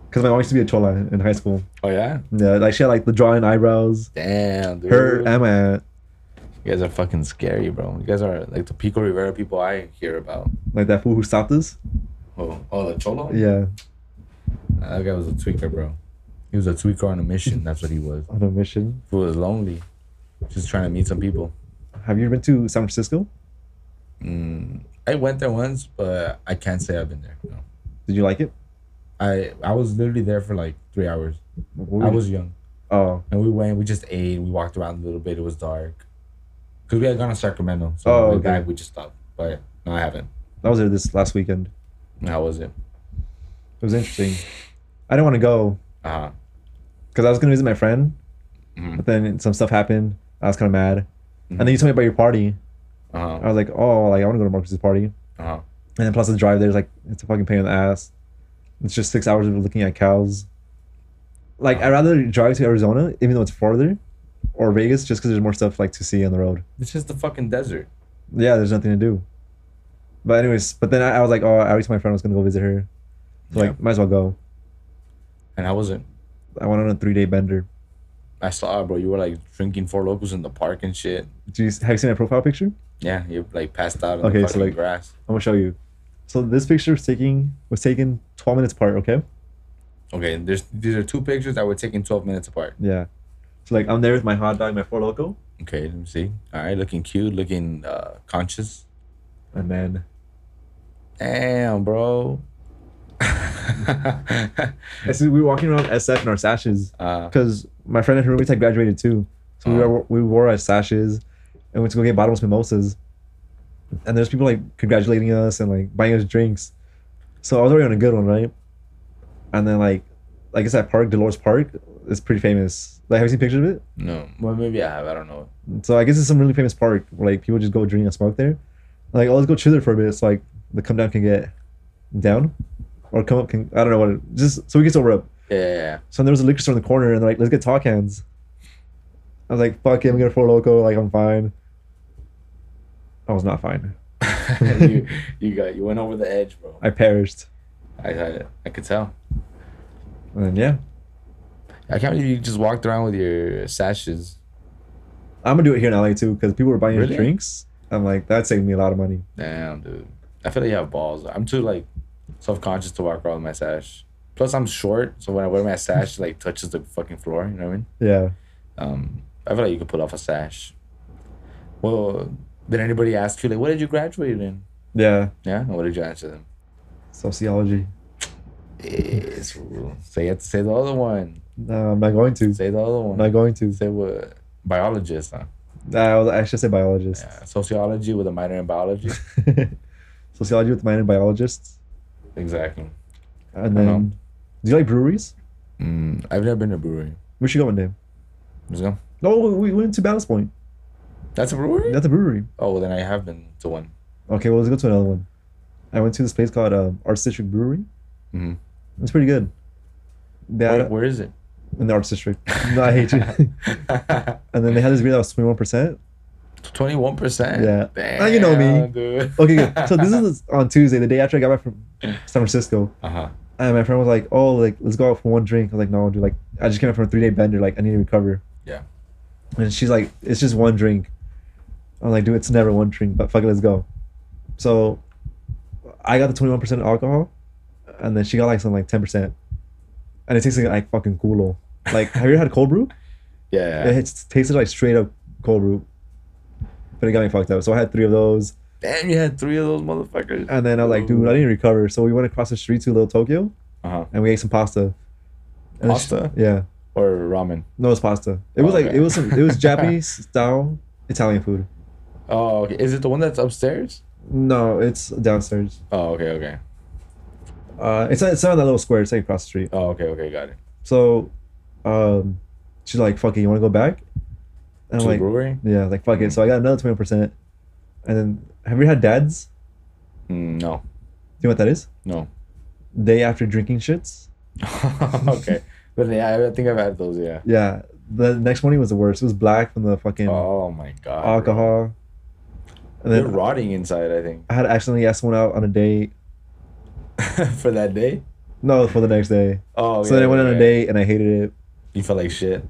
S2: because my mom used to be a chola in high school.
S1: Oh yeah.
S2: Yeah, like she had like the drawing eyebrows.
S1: Damn, dude.
S2: Her and my aunt,
S1: you guys are fucking scary, bro. You guys are like the Pico Rivera people I hear about.
S2: like that fool who stopped us.
S1: Oh, oh, the Cholo.
S2: Yeah,
S1: Nah, that guy was a tweaker, bro. He was a tweaker on a mission. That's what he was.
S2: on a mission.
S1: He was lonely, just trying to meet some people.
S2: Have you ever been to San Francisco?
S1: Mm, I went there once, but I can't say I've been there. No.
S2: Did you like it?
S1: I I was literally there for like three hours.
S2: What were
S1: I
S2: you-
S1: was young,
S2: Oh,
S1: and we went. We just ate. We walked around a little bit. It was dark, cause we had gone to Sacramento. So
S2: Oh,
S1: we
S2: okay.
S1: back, we just stopped. But no, I haven't.
S2: I was there this last weekend.
S1: How was it?
S2: It was interesting. I didn't want to go
S1: Uh-huh.
S2: because I was gonna visit my friend,
S1: Mhm.
S2: but then some stuff happened. I was kind of mad. And then you told me about your party. I
S1: Uh-huh.
S2: was like, oh, like I want to go to Marcus's party.
S1: Uh-huh.
S2: And then plus the drive there's like it's a fucking pain in the ass. It's just six hours of looking at cows. Like I'd rather drive to Arizona, even though it's farther, or Vegas, just because there's more stuff like to see on the road.
S1: It's just the fucking desert.
S2: Yeah, there's nothing to do. But anyways, but then I, I was like, oh, I already told my friend I was gonna go visit her. So
S1: Yeah.
S2: like, might as well go.
S1: And how was it?
S2: I went on a three day bender.
S1: I saw, bro. You were like drinking four locals in the park and shit.
S2: Do you have you seen my profile picture?
S1: Yeah, you like passed out in
S2: Okay,
S1: the
S2: so,
S1: fucking
S2: like-
S1: grass.
S2: I'm gonna show you. So this picture was taking was taken 12 minutes apart. Okay.
S1: Okay, and there's these are two pictures that were taken 12 minutes apart.
S2: Yeah. So like I'm there with my hot dog, my four loco,
S1: Okay, let me see. All right, looking cute, looking uh, conscious.
S2: and then
S1: Damn, bro.
S2: as we were walking around SF in our sashes.
S1: uh,
S2: because my friend and her roommates had graduated too, so we
S1: Uh-huh.
S2: wore we wore our sashes, and went to go get bottomless mimosas, and there's people like congratulating us and like buying us drinks, so I was already on a good one, right? And then like, I guess that park, Dolores Park, is pretty famous. Like, have you seen pictures of it?
S1: no, well maybe I have. I don't know.
S2: So I guess it's some really famous park where like people just go drink and smoke there. Like, oh, let's go chill there for a bit, so like the come down can get down, or come up can I don't know what it, just so we can sober up.
S1: Yeah, yeah, yeah.
S2: So there was a liquor store in the corner, and they're like, "Let's get talk hands." I was like, "Fuck it, I'm gonna four loco. Like I'm fine." I was not fine.
S1: you, you got you went over the edge, bro.
S2: I perished.
S1: I I, I could tell.
S2: And then, yeah,
S1: I can't believe you just walked around with your sashes.
S2: I'm gonna do it here in LA too because people were buying us
S1: Really?
S2: drinks. I'm like, that saved me a lot of money.
S1: Damn, dude. I feel like you have balls. I'm too like self conscious to walk around with my sash. Plus, I'm short, so when I wear my sash, it, like touches the fucking floor. You know what I mean?
S2: Yeah.
S1: Um, I feel like you could pull off a sash. Well, did anybody ask you like, what did you graduate in?
S2: Yeah.
S1: Yeah, and what did you answer them?
S2: Sociology.
S1: Yes. fool. Say it. Say the other one.
S2: No, I'm not going to.
S1: Say the other
S2: I'm
S1: one.
S2: not going to.
S1: Say what? Biologist, huh?
S2: I was I should say biologist.
S1: Yeah. Sociology with a minor in biology.
S2: Sociology with minor in biologists.
S1: exactly.
S2: And
S1: I know.
S2: then, do you like breweries?
S1: Mm, I've never been to a brewery.
S2: We should go one day.
S1: Let's go.
S2: No, we we went to Ballast Point.
S1: That's a brewery.
S2: That's a brewery.
S1: Oh, well, then I have been to one.
S2: Okay, well, let's go to another one. I went to this place called um, Arts District Brewery.
S1: Mhm.
S2: It's pretty good. They
S1: Where,
S2: had,
S1: where is it?
S2: in the Arts District. No, I hate you. and then they had this beer that was twenty one percent.
S1: Twenty-one percent.
S2: Yeah.
S1: Damn,
S2: Ah, you know me.
S1: Dude.
S2: Okay, good. So this is on Tuesday, the day after I got back from San Francisco,
S1: Uh huh.
S2: and my friend was like, "Oh, like let's go out for one drink." I was like, "No, dude, like I just came up from a three day bender. Like I need to recover."
S1: Yeah.
S2: And she's like, "It's just one drink." I'm like, "Dude, it's never one drink, but fuck it, let's go." So, I got the twenty one percent alcohol, and then she got like some like ten percent, and it tasted like fucking culo. Like, have you ever had cold brew?
S1: Yeah.
S2: It has- tasted like straight up cold brew, but it got me fucked up. So I had three of those,
S1: Damn, you had three of those motherfuckers.
S2: and then I was like, "Dude, I need to recover." So we went across the street to Little Tokyo,
S1: Uh-huh.
S2: and we ate some pasta. And it's-
S1: Pasta
S2: Yeah.
S1: or ramen?
S2: No, it's pasta. It was
S1: Oh,
S2: like
S1: okay.
S2: it was some, it was Japanese style Italian food.
S1: Oh, okay. Is it the one that's upstairs?
S2: No, it's downstairs.
S1: Oh, okay, okay.
S2: Uh, it's not, it's not in that little square. It's like across the street.
S1: Oh, okay, okay. Got it.
S2: So, um, she's like, "Fuck it, you want to go back?" And
S1: To
S2: I'm
S1: the
S2: like,
S1: brewery?
S2: "Yeah, like fuck it." So I got another twenty percent, and then have you had dads?
S1: Mm, no.
S2: Do you know what that is?
S1: No.
S2: Day after drinking shits.
S1: okay. But yeah, I- I think I've had those, yeah.
S2: Yeah, the next morning was the worst. It was black from the fucking
S1: Oh my god. bro.
S2: alcohol. And
S1: They're
S2: then
S1: rotting inside, I think.
S2: I had accidentally asked someone out on a date.
S1: For that day?
S2: No, for the next day.
S1: Oh,
S2: so then I went
S1: yeah,
S2: on a
S1: yeah.
S2: date and I hated it.
S1: You felt like shit.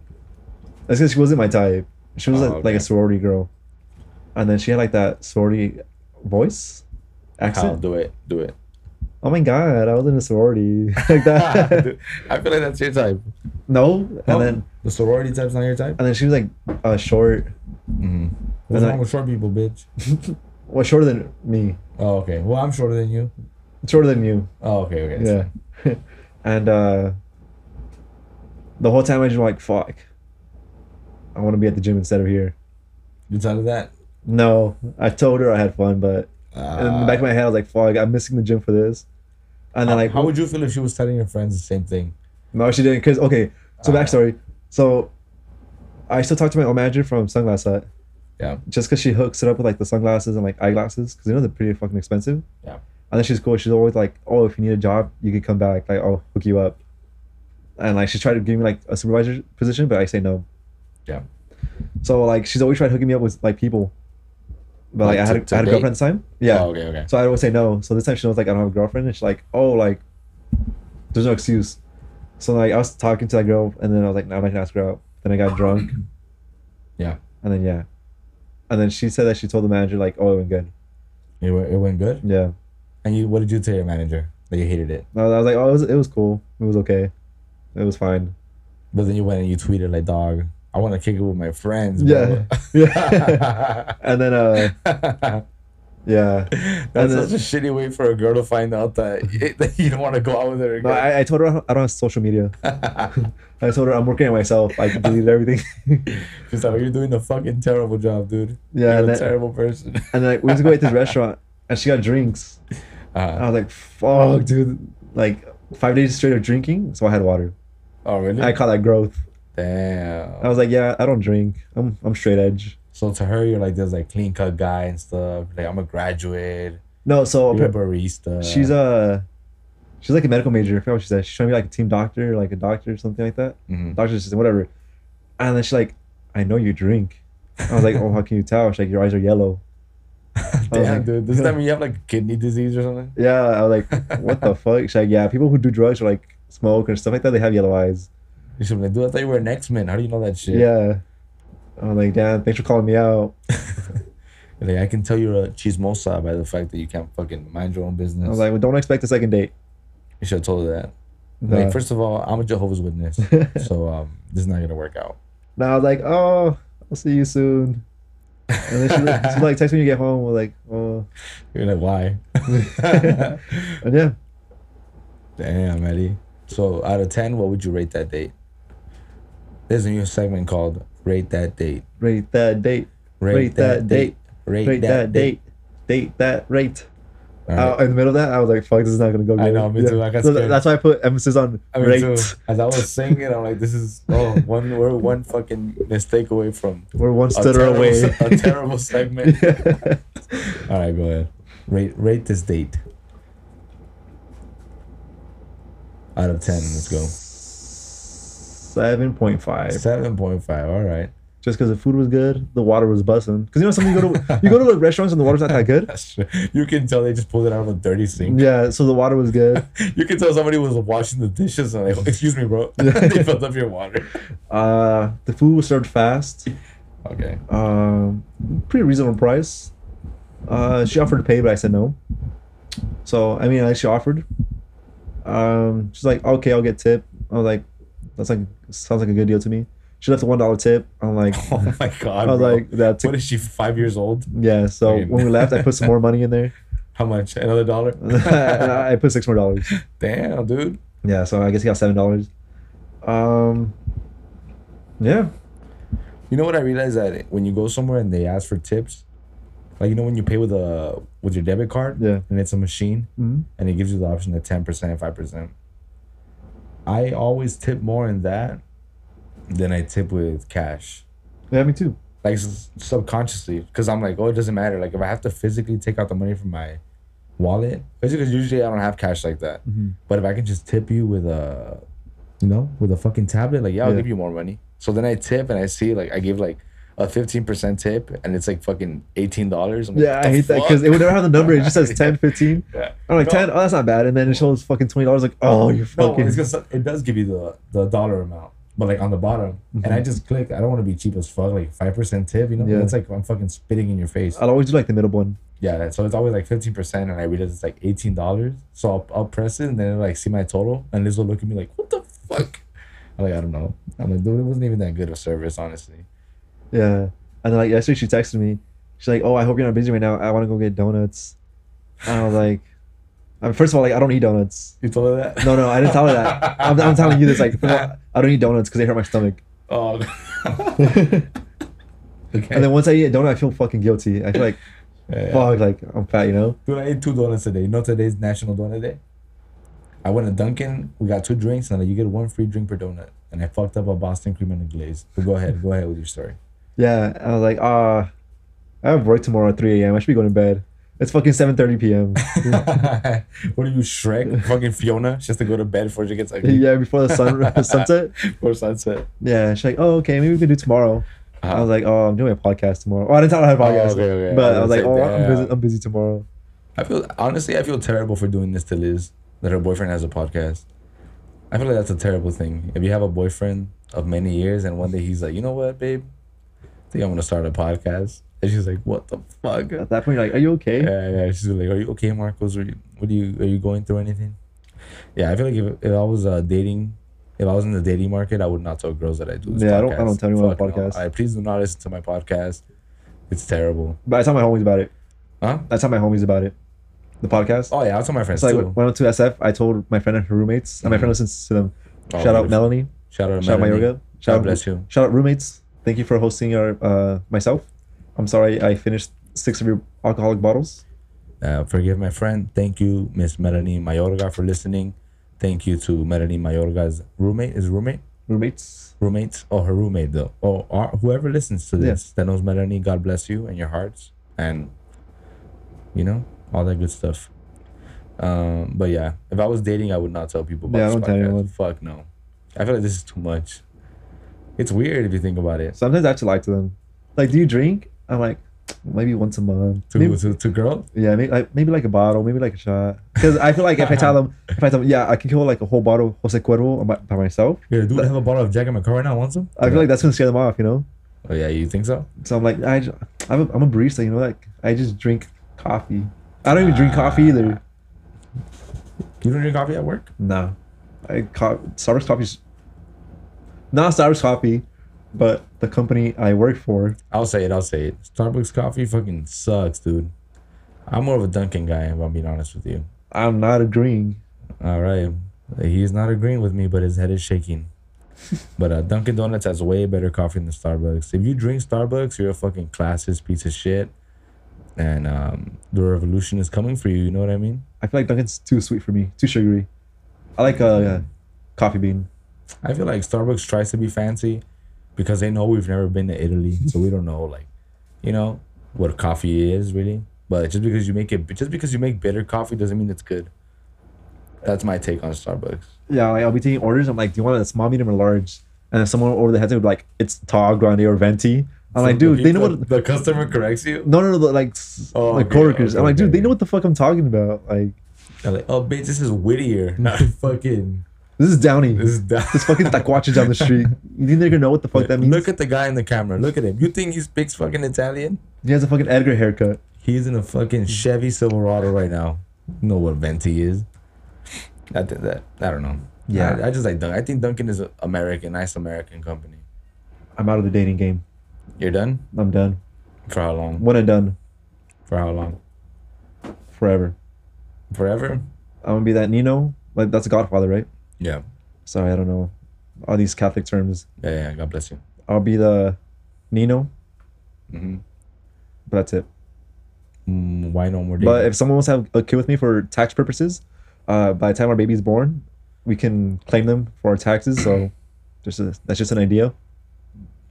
S2: That's because she wasn't my type. She was
S1: Oh,
S2: like, like
S1: okay.
S2: a sorority girl, and then she had like that sorority voice,
S1: How?
S2: accent.
S1: Do it. Do it.
S2: Oh my god, I was in a sorority like that.
S1: Dude, I feel like that's your type.
S2: no, and
S1: No?
S2: then
S1: The sorority type's not your type?
S2: and then she was like uh, short,
S1: Mm-hmm.
S2: And
S1: What's
S2: then I-
S1: wrong with short people, bitch?
S2: well shorter than me,
S1: Oh, okay. Well, I'm shorter than you.
S2: shorter than you.
S1: Oh, okay, okay. that's
S2: Yeah,
S1: fine.
S2: and uh, the whole time I just like fuck. I want to be at the gym instead of here.
S1: Besides that,
S2: No, I told her I had fun, but in the
S1: uh,
S2: back of my head I was like, "Fuck, I'm missing the gym for this." And then like,
S1: how would you feel if she was telling your friends the same thing?
S2: No, she didn't. Cause okay, so
S1: Ah.
S2: backstory. So, I still talk to my old manager from Sunglass Hut.
S1: Yeah.
S2: Just cause she hooks it up with like the sunglasses and like eyeglasses, cause you know they're pretty fucking expensive.
S1: Yeah.
S2: And then she's cool. She's always like, "Oh, if you need a job, you could come back. Like, I'll hook you up." And like she tried to give me like a supervisor position, but I say no.
S1: Yeah.
S2: So like she's always tried hooking me up with like people, but like,
S1: Like,
S2: I had,
S1: to- to
S2: I had a
S1: date?
S2: girlfriend this time. Yeah.
S1: Oh, okay, okay.
S2: So I always say no. So this time she knows like I don't have a girlfriend, and she's like, oh, like there's no excuse. So like I was talking to that girl, and then I was like, no, I'm not gonna ask her out. Then I got drunk.
S1: Yeah.
S2: And then yeah, and then she said that she told the manager like, oh, it went good.
S1: It, went- it went good.
S2: Yeah.
S1: And you, what did you tell your manager that you hated it?
S2: And I was like, oh, it was it was cool. It was okay. It was fine.
S1: But then you went and you tweeted like, "Dog, I want to kick it with my friends."
S2: Yeah.
S1: Bro.
S2: Yeah. and then uh yeah,
S1: That's
S2: And then-
S1: such a shitty way for a girl to find out that, that you don't want to go out with her
S2: no,
S1: again.
S2: I, I told her I don't- I don't have social media. I told her I'm working on myself. I deleted everything.
S1: She's like, "You're doing a fucking terrible job, dude.
S2: yeah.
S1: You're
S2: And
S1: a
S2: then,
S1: terrible person."
S2: and then like, we went to go eat at this restaurant, and she got drinks.
S1: Uh,
S2: I was like, fuck, dude. Like five days straight of drinking, so I had water.
S1: oh really?
S2: I call that growth. I
S1: Damn.
S2: was like, yeah, I don't drink. I'm I'm straight edge.
S1: So to her, you're like this like clean cut guy and stuff. Like I'm a graduate.
S2: No, so
S1: You're a barista.
S2: she's a she's like a medical major. I forgot what she said. She's trying to be like a team doctor, like a doctor or something like that.
S1: Mhm.
S2: Doctor assistant, whatever. And then she's like, I know you drink. I was like, oh, how can you tell? She's like, your eyes are yellow. I was
S1: Damn,
S2: like-
S1: dude. Doesn't that mean you have like kidney disease or something?
S2: Yeah, I was like, what the fuck? She's like, yeah, people who do drugs or like smoke or stuff like that, they have yellow eyes.
S1: You should be like, dude, I thought you were an X Men. How do you know that shit?
S2: Yeah. I'm like, damn, thanks for calling me out.
S1: Like, I can tell you're a chismosa by the fact that you can't fucking mind your own business.
S2: I was like, well, don't expect a second date.
S1: you should have told her that.
S2: No.
S1: Like, first of all, I'm a Jehovah's Witness. so um, this is not going to work out.
S2: And I was like, oh, I'll see you soon. And then she, she like text me when you get home. We're like, oh,
S1: You're like, why?
S2: and yeah,
S1: Damn, Eddie. So out of 10, what would you rate that date? There's a new segment called Rate That Date.
S2: rate that date,
S1: Rate,
S2: that date.
S1: Rate,
S2: rate
S1: that, date.
S2: date that rate.
S1: All
S2: Uh,
S1: right.
S2: in the middle of that, I was like, fuck, this is not gonna go good.
S1: I know, me too, I got
S2: So
S1: scared.
S2: that's why I put emphasis on
S1: I mean,
S2: rate.
S1: too, as I was saying it, I'm like, this is oh, one we're one fucking mistake away from
S2: We're one
S1: a
S2: stutter
S1: terrible
S2: away.
S1: se- a terrible segment. All right, go ahead. Rate rate this date. Out of ten, let's go.
S2: Seven point five.
S1: Seven point five. All right.
S2: just because the food was good, the water was busting. Because you know, something you go to you go to the restaurants and the water's not that good.
S1: That's true. You can tell they just pulled it out of a dirty sink.
S2: Yeah, so the water was good.
S1: You can tell somebody was washing the dishes and like, excuse me, bro. they filled up your water.
S2: Uh, the food was served fast.
S1: Okay.
S2: Um, pretty reasonable price. Uh, she offered to pay, but I said no. So I mean, like she offered. Um, she's like, okay, I'll get tip. I was like, that's like sounds like a good deal to me. She left a one dollar tip. I'm like,
S1: Oh my god.
S2: I was
S1: bro.
S2: like, that's
S1: what is she, five years old?
S2: yeah. So
S1: Okay.
S2: when we left, I put some more money in there.
S1: How much? Another dollar?
S2: I put six more dollars.
S1: Damn, dude.
S2: Yeah, so I guess he got seven dollars. Um, yeah,
S1: You know what I realized that when you go somewhere and they ask for tips, like you know when you pay with a with your debit card,
S2: Yeah.
S1: and it's a machine,
S2: Mhm.
S1: and it gives you the option of ten percent, five percent. I always tip more in that than I tip with cash,
S2: yeah, me too.
S1: like s- subconsciously, because I'm like, oh, it doesn't matter. Like if I have to physically take out the money from my wallet, because usually I don't have cash like that.
S2: Mhm.
S1: But if I can just tip you with a, you know, with a fucking tablet, like yeah, I'll
S2: Yeah.
S1: give you more money. So then I tip and I see like I give like a fifteen percent tip and it's like fucking eighteen dollars.
S2: Yeah, I hate that because it would never have the number. It just says 10, 15.
S1: Yeah.
S2: I'm like
S1: No.
S2: 10. Oh, that's not bad. And then it shows fucking twenty dollars. Like, oh, you're
S1: No,
S2: fucking.
S1: it's 'cause it does give you the the dollar amount, but like on the bottom, and I just click. I don't want to be cheap as fuck, like five percent tip. You know,
S2: Mm-hmm. Yeah.
S1: it's like I'm fucking spitting in your face.
S2: I'll always do like the middle one.
S1: yeah, that- so it's always like fifteen percent, and I realize it's like eighteen dollars. So I'll, I'll press it, and then it'll, like see my total, and Liz will look at me like, "What the fuck?" I'm like, "I don't know." I'm like, "Dude, it wasn't even that good of service, honestly."
S2: Yeah. And then like yesterday, she texted me. She's like, oh, I hope you're not busy right now. I want to go get donuts. And I was like, I mean, first of all, like I don't eat donuts.
S1: You told her that?
S2: No, no, I didn't tell her that. I'm, I'm telling you this. Like, first of all, I don't eat donuts because they hurt my stomach.
S1: Oh.
S2: and
S1: okay.
S2: then once I eat a donut, I feel fucking guilty. I feel like,
S1: Yeah, yeah.
S2: fuck, like I'm fat, you know.
S1: Dude, I ate two donuts today. You know today's National Donut Day. I went to Dunkin'. We got two drinks, and you get one free drink per donut. And I fucked up a Boston cream and a glaze. But go ahead, go ahead with your story.
S2: Yeah, I was like, ah, I have work tomorrow at 3 a.m. I should be going to bed. It's fucking 7:30 p.m.
S1: what are you, Shrek? Fucking Fiona? She has to go to bed before she gets ugly.
S2: yeah, before the sun sunset.
S1: Before sunset.
S2: Yeah, she's like, oh, okay, maybe we can do tomorrow. I was like, oh, I'm doing a podcast tomorrow. Oh, I didn't tell her I had a
S1: Uh-huh. Oh,
S2: podcast,
S1: okay, okay.
S2: but
S1: I
S2: I was
S1: was
S2: like,
S1: gonna
S2: oh,
S1: say,
S2: I'm busy.
S1: damn.
S2: I'm busy tomorrow.
S1: I feel honestly, I feel terrible for doing this to Liz. That her boyfriend has a podcast. I feel like that's a terrible thing. If you have a boyfriend of many years and one day he's like, you know what, babe, I think I'm gonna start a podcast, and she's like, what the fuck? Yeah,
S2: At that point, you're like, are you okay?
S1: yeah. She's like, are you okay, Marcos? Are you, what are you? Are you going through anything? Yeah, I feel like if, if I was uh, dating, if I was in the dating market, I would not tell girls that I do. This
S2: Yeah, I don't- I don't tell anyone
S1: about
S2: about podcasts.
S1: I please do not listen to my podcast. It's terrible.
S2: But I tell my homies about it.
S1: Huh?
S2: I tell my homies about it. The podcast.
S1: Oh yeah, I'll tell my friends
S2: so like,
S1: too.
S2: when I went to SF, I told my friend and her roommates, and my friend listens to them.
S1: Oh,
S2: Shout out
S1: beautiful.
S2: Melanie.
S1: Shout out, to
S2: Shout out my
S1: Melanie.
S2: yoga. Shout
S1: God
S2: out,
S1: bless you.
S2: Shout out roommates. Thank you for hosting our uh, myself. I'm sorry I finished six of your alcoholic bottles.
S1: Uh, forgive my friend. Thank you, Miss Melanie Mayorga, for listening. Thank you to Melanie Mayorga's roommate. Is roommate?
S2: Roommates.
S1: Roommates? Oh, her roommate, though. Oh, or whoever listens to this that knows Melanie, God bless you and your hearts. And, you know, all that good stuff. Um, but yeah, if I was dating, I would not tell people about
S2: Yeah, I
S1: this
S2: don't tell
S1: podcast.
S2: anyone.
S1: Fuck no. I feel like this is too much. It's weird if you think about it.
S2: Sometimes I have to lie to them. Like, do you drink? I'm like, maybe once a month.
S1: To,
S2: Maybe-
S1: to, to girl?
S2: yeah, maybe like, maybe like a bottle, maybe like a shot. Because I feel like if I tell them, if I tell them, yeah, I can kill like a whole bottle of Jose Cuervo on my- by myself,
S1: Yeah, dude, I have a bottle of Jack in my car right now. Want some?
S2: I feel like that's gonna scare them off, you know.
S1: Oh, yeah, you think so?
S2: So I'm like, I, ju- I'm a, I'm a barista, you know, like I just drink coffee. I don't even drink coffee either.
S1: You don't drink coffee at work?
S2: No, I co- Starbucks coffee's not Starbucks coffee, but the company I work for.
S1: I'll say it. I'll say it. Starbucks coffee fucking sucks, dude. I'm more of a Dunkin' guy, if I'm being honest with you.
S2: I'm not agreeing.
S1: All right. He's not agreeing with me, but his head is shaking. but uh, Dunkin' Donuts has way better coffee than Starbucks. If you drink Starbucks, you're a fucking classist piece of shit. And um, the revolution is coming for you. You know what I mean?
S2: I feel like Dunkin's too sweet for me, too sugary. I like a uh, coffee bean.
S1: I feel like Starbucks tries to be fancy because they know we've never been to Italy, so we don't know like, you know, what coffee is really. But just because you make it, just because you make bitter coffee doesn't mean it's good. That's my take on Starbucks.
S2: Yeah, like I'll be taking orders. I'm like, do you want a small, medium, or large? and if someone over the heads, they'd be like, "It's tall grande or venti." I'm like, dude, they know what.
S1: the customer corrects you.
S2: No, no, no, like, s-
S1: Oh,
S2: like
S1: okay,
S2: coworkers.
S1: okay,
S2: I'm like, dude,
S1: okay,
S2: they know what the fuck I'm talking about. Like,
S1: They're like, oh, bitch, this is Whittier, not fucking.
S2: this is Downey.
S1: This
S2: This,
S1: is down.
S2: fucking taquacha down the street. You think they're gonna know what the fuck that means?
S1: Look at the guy in the camera. Look at him. You think he speaks fucking Italian?
S2: He has a fucking Edgar haircut.
S1: He's in a fucking Chevy Silverado right now. You know what venti is? I think that I don't know.
S2: Yeah.
S1: I, I just like Duncan. I think Duncan is a American, nice American company.
S2: I'm out of the dating game.
S1: You're done
S2: I'm done.
S1: for how long?
S2: One and done
S1: For how long?
S2: forever.
S1: Forever?
S2: I'm gonna be that Nino. Like that's Godfather, right?
S1: Yeah.
S2: Sorry, I don't know all these Catholic terms.
S1: Yeah. yeah God bless you.
S2: I'll be the Nino,
S1: hmm
S2: but that's it.
S1: Mm, why no more?
S2: But
S1: dating?
S2: if someone wants to have a kid with me for tax purposes, uh, by the time our baby's born, we can claim them for our taxes. So, just a, that's just an idea.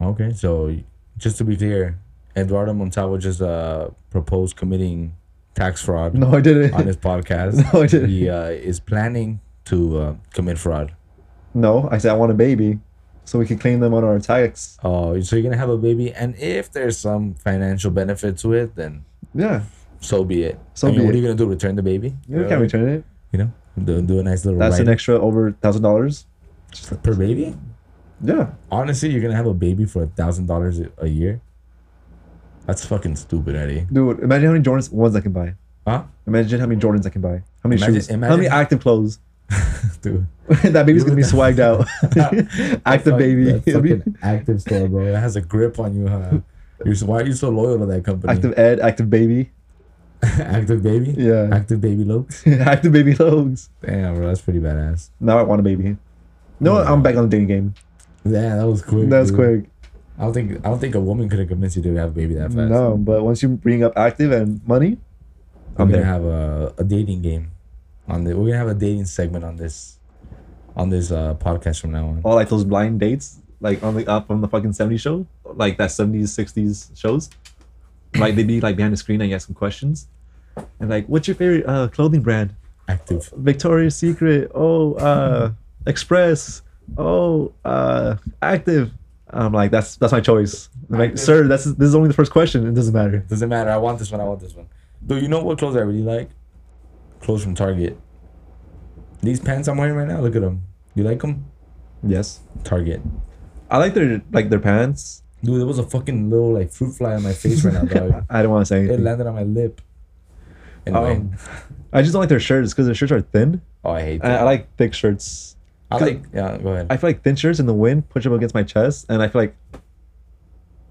S1: Okay, so just to be clear, Eduardo Montalvo just uh, proposed committing tax fraud
S2: No, I didn't.
S1: on his podcast.
S2: No, I didn't.
S1: He uh, is planning to uh, commit fraud.
S2: No, I said I want a baby, so we can claim them on our tax.
S1: Oh, so you're gonna have a baby, and if there's some financial benefit to it, then
S2: Yeah,
S1: so be it.
S2: So
S1: I mean,
S2: be
S1: what
S2: it.
S1: are you gonna do? Return the baby?
S2: you can't return it.
S1: You know, do, do a nice little
S2: That's an
S1: write-
S2: extra over thousand dollars.
S1: per baby.
S2: Yeah,
S1: Honestly, you're gonna have a baby for a thousand dollars a year. That's fucking stupid, Eddie.
S2: dude. Imagine how many Jordans ones I can buy.
S1: Huh,
S2: Imagine how many Jordans I can buy. How many
S1: Imagine-
S2: shoes?
S1: imagine-
S2: How many active clothes?
S1: dude?
S2: that baby's
S1: You
S2: gonna be
S1: would-
S2: swagged out. active
S1: Fuck,
S2: baby.
S1: that
S2: It'll be
S1: fucking active store, bro. It has a grip on you. Huh? You're, so- why are you so loyal to that company?
S2: active Ed. Active baby.
S1: Active baby.
S2: Yeah.
S1: Active baby looks.
S2: active baby logs.
S1: Damn, bro, that's pretty badass.
S2: Now I want a baby. No,
S1: Yeah.
S2: I'm back on the dating game.
S1: Yeah, that was quick.
S2: That was
S1: dude.
S2: quick.
S1: I don't think I don't think a woman could have convinced you to have a baby that fast.
S2: No, but once you bring up active and money,
S1: we're
S2: I'm
S1: gonna
S2: there.
S1: have a, a dating game on the. We're gonna have a dating segment on this, on this uh, podcast from now on.
S2: all like those blind dates, like on the up on the fucking 70s show, like that 70s, 60s shows. Like they'd be like behind the screen and you ask some questions. And like, what's your favorite uh, clothing brand?
S1: Active.
S2: Victoria's Secret. Oh, uh, Express. Oh, uh, Active. I'm like, that's that's my choice. I'm like,
S1: Active.
S2: sir, that's this is only the first question. It doesn't matter.
S1: Doesn't matter. I want this one. I want this one. Do you know what clothes I really like? Clothes from Target. These pants I'm wearing right now. Look at them. You like them?
S2: Yes,
S1: Target.
S2: I like their like their pants.
S1: Dude, there was a fucking little like fruit fly on my face right now, dog.
S2: I don't want to say
S1: it
S2: anything.
S1: landed on my lip. Anyway,
S2: Um, I just don't like their shirts because their shirts are thin.
S1: oh, I hate
S2: And
S1: that.
S2: I like thick shirts.
S1: I like. Yeah, go ahead.
S2: I feel like thin shirts in the wind push up against my chest, and I feel like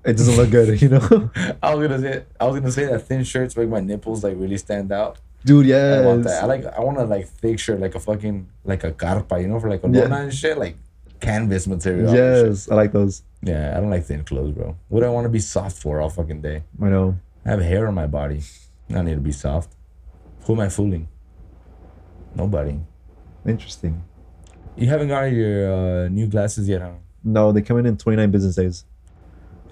S2: it doesn't look good, you know?
S1: I was gonna say. I was gonna say that thin shirts make my nipples like really stand out.
S2: Dude, yes.
S1: I want that. I like. I want a like thick shirt, like a fucking like a carpa, you know, for like a
S2: Yeah.
S1: lona and shit, like canvas material. and shit.
S2: yes, I like those.
S1: Yeah, I don't like thin clothes, bro. What do I want to be soft for all fucking day?
S2: I know.
S1: I have hair on my body. I don't need to be soft. Who am I fooling? Nobody.
S2: Interesting.
S1: You haven't gotten your uh, new glasses yet, huh?
S2: No, they come in in 29 business days.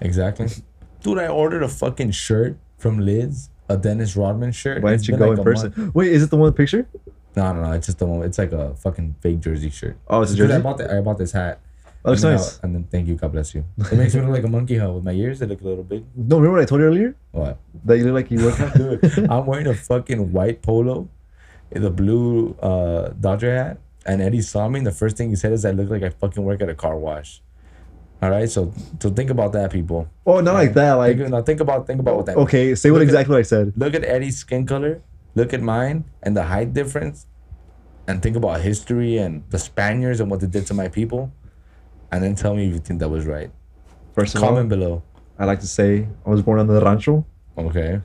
S1: Exactly. Dude, I ordered a fucking shirt from Liz, a Dennis Rodman shirt.
S2: Why
S1: It's
S2: didn't
S1: been
S2: you go
S1: like
S2: in
S1: a
S2: person?
S1: month.
S2: Wait, is it the one with picture? Oh,
S1: No, no, no. It's just the one. It's like a fucking fake jersey shirt.
S2: Oh, it's a
S1: 'Cause I
S2: jersey.
S1: bought, the, I bought this hat.
S2: Oh, it's
S1: and then
S2: nice.
S1: I- and then thank you. God bless you. It makes me look like a monkey, huh? With my ears, they look a little big.
S2: No, remember what I told you earlier?
S1: What?
S2: That you look like you work out?
S1: Dude, I'm wearing a fucking white polo, the blue uh, Dodger hat, and Eddie saw me. And the first thing he said is, "I look like I fucking work at a car wash." All right, so so think about that, people.
S2: Oh, not like that. Like,
S1: think, now think about think about what that. means.
S2: okay, say what
S1: Look at-
S2: exactly what I said.
S1: Look at Eddie's skin color. Look at mine and the height difference, and think about history and the Spaniards and what they did to my people, and then tell me if you think that was right.
S2: First of
S1: Comment
S2: all,
S1: below.
S2: I like to say I was born on the rancho.
S1: Okay.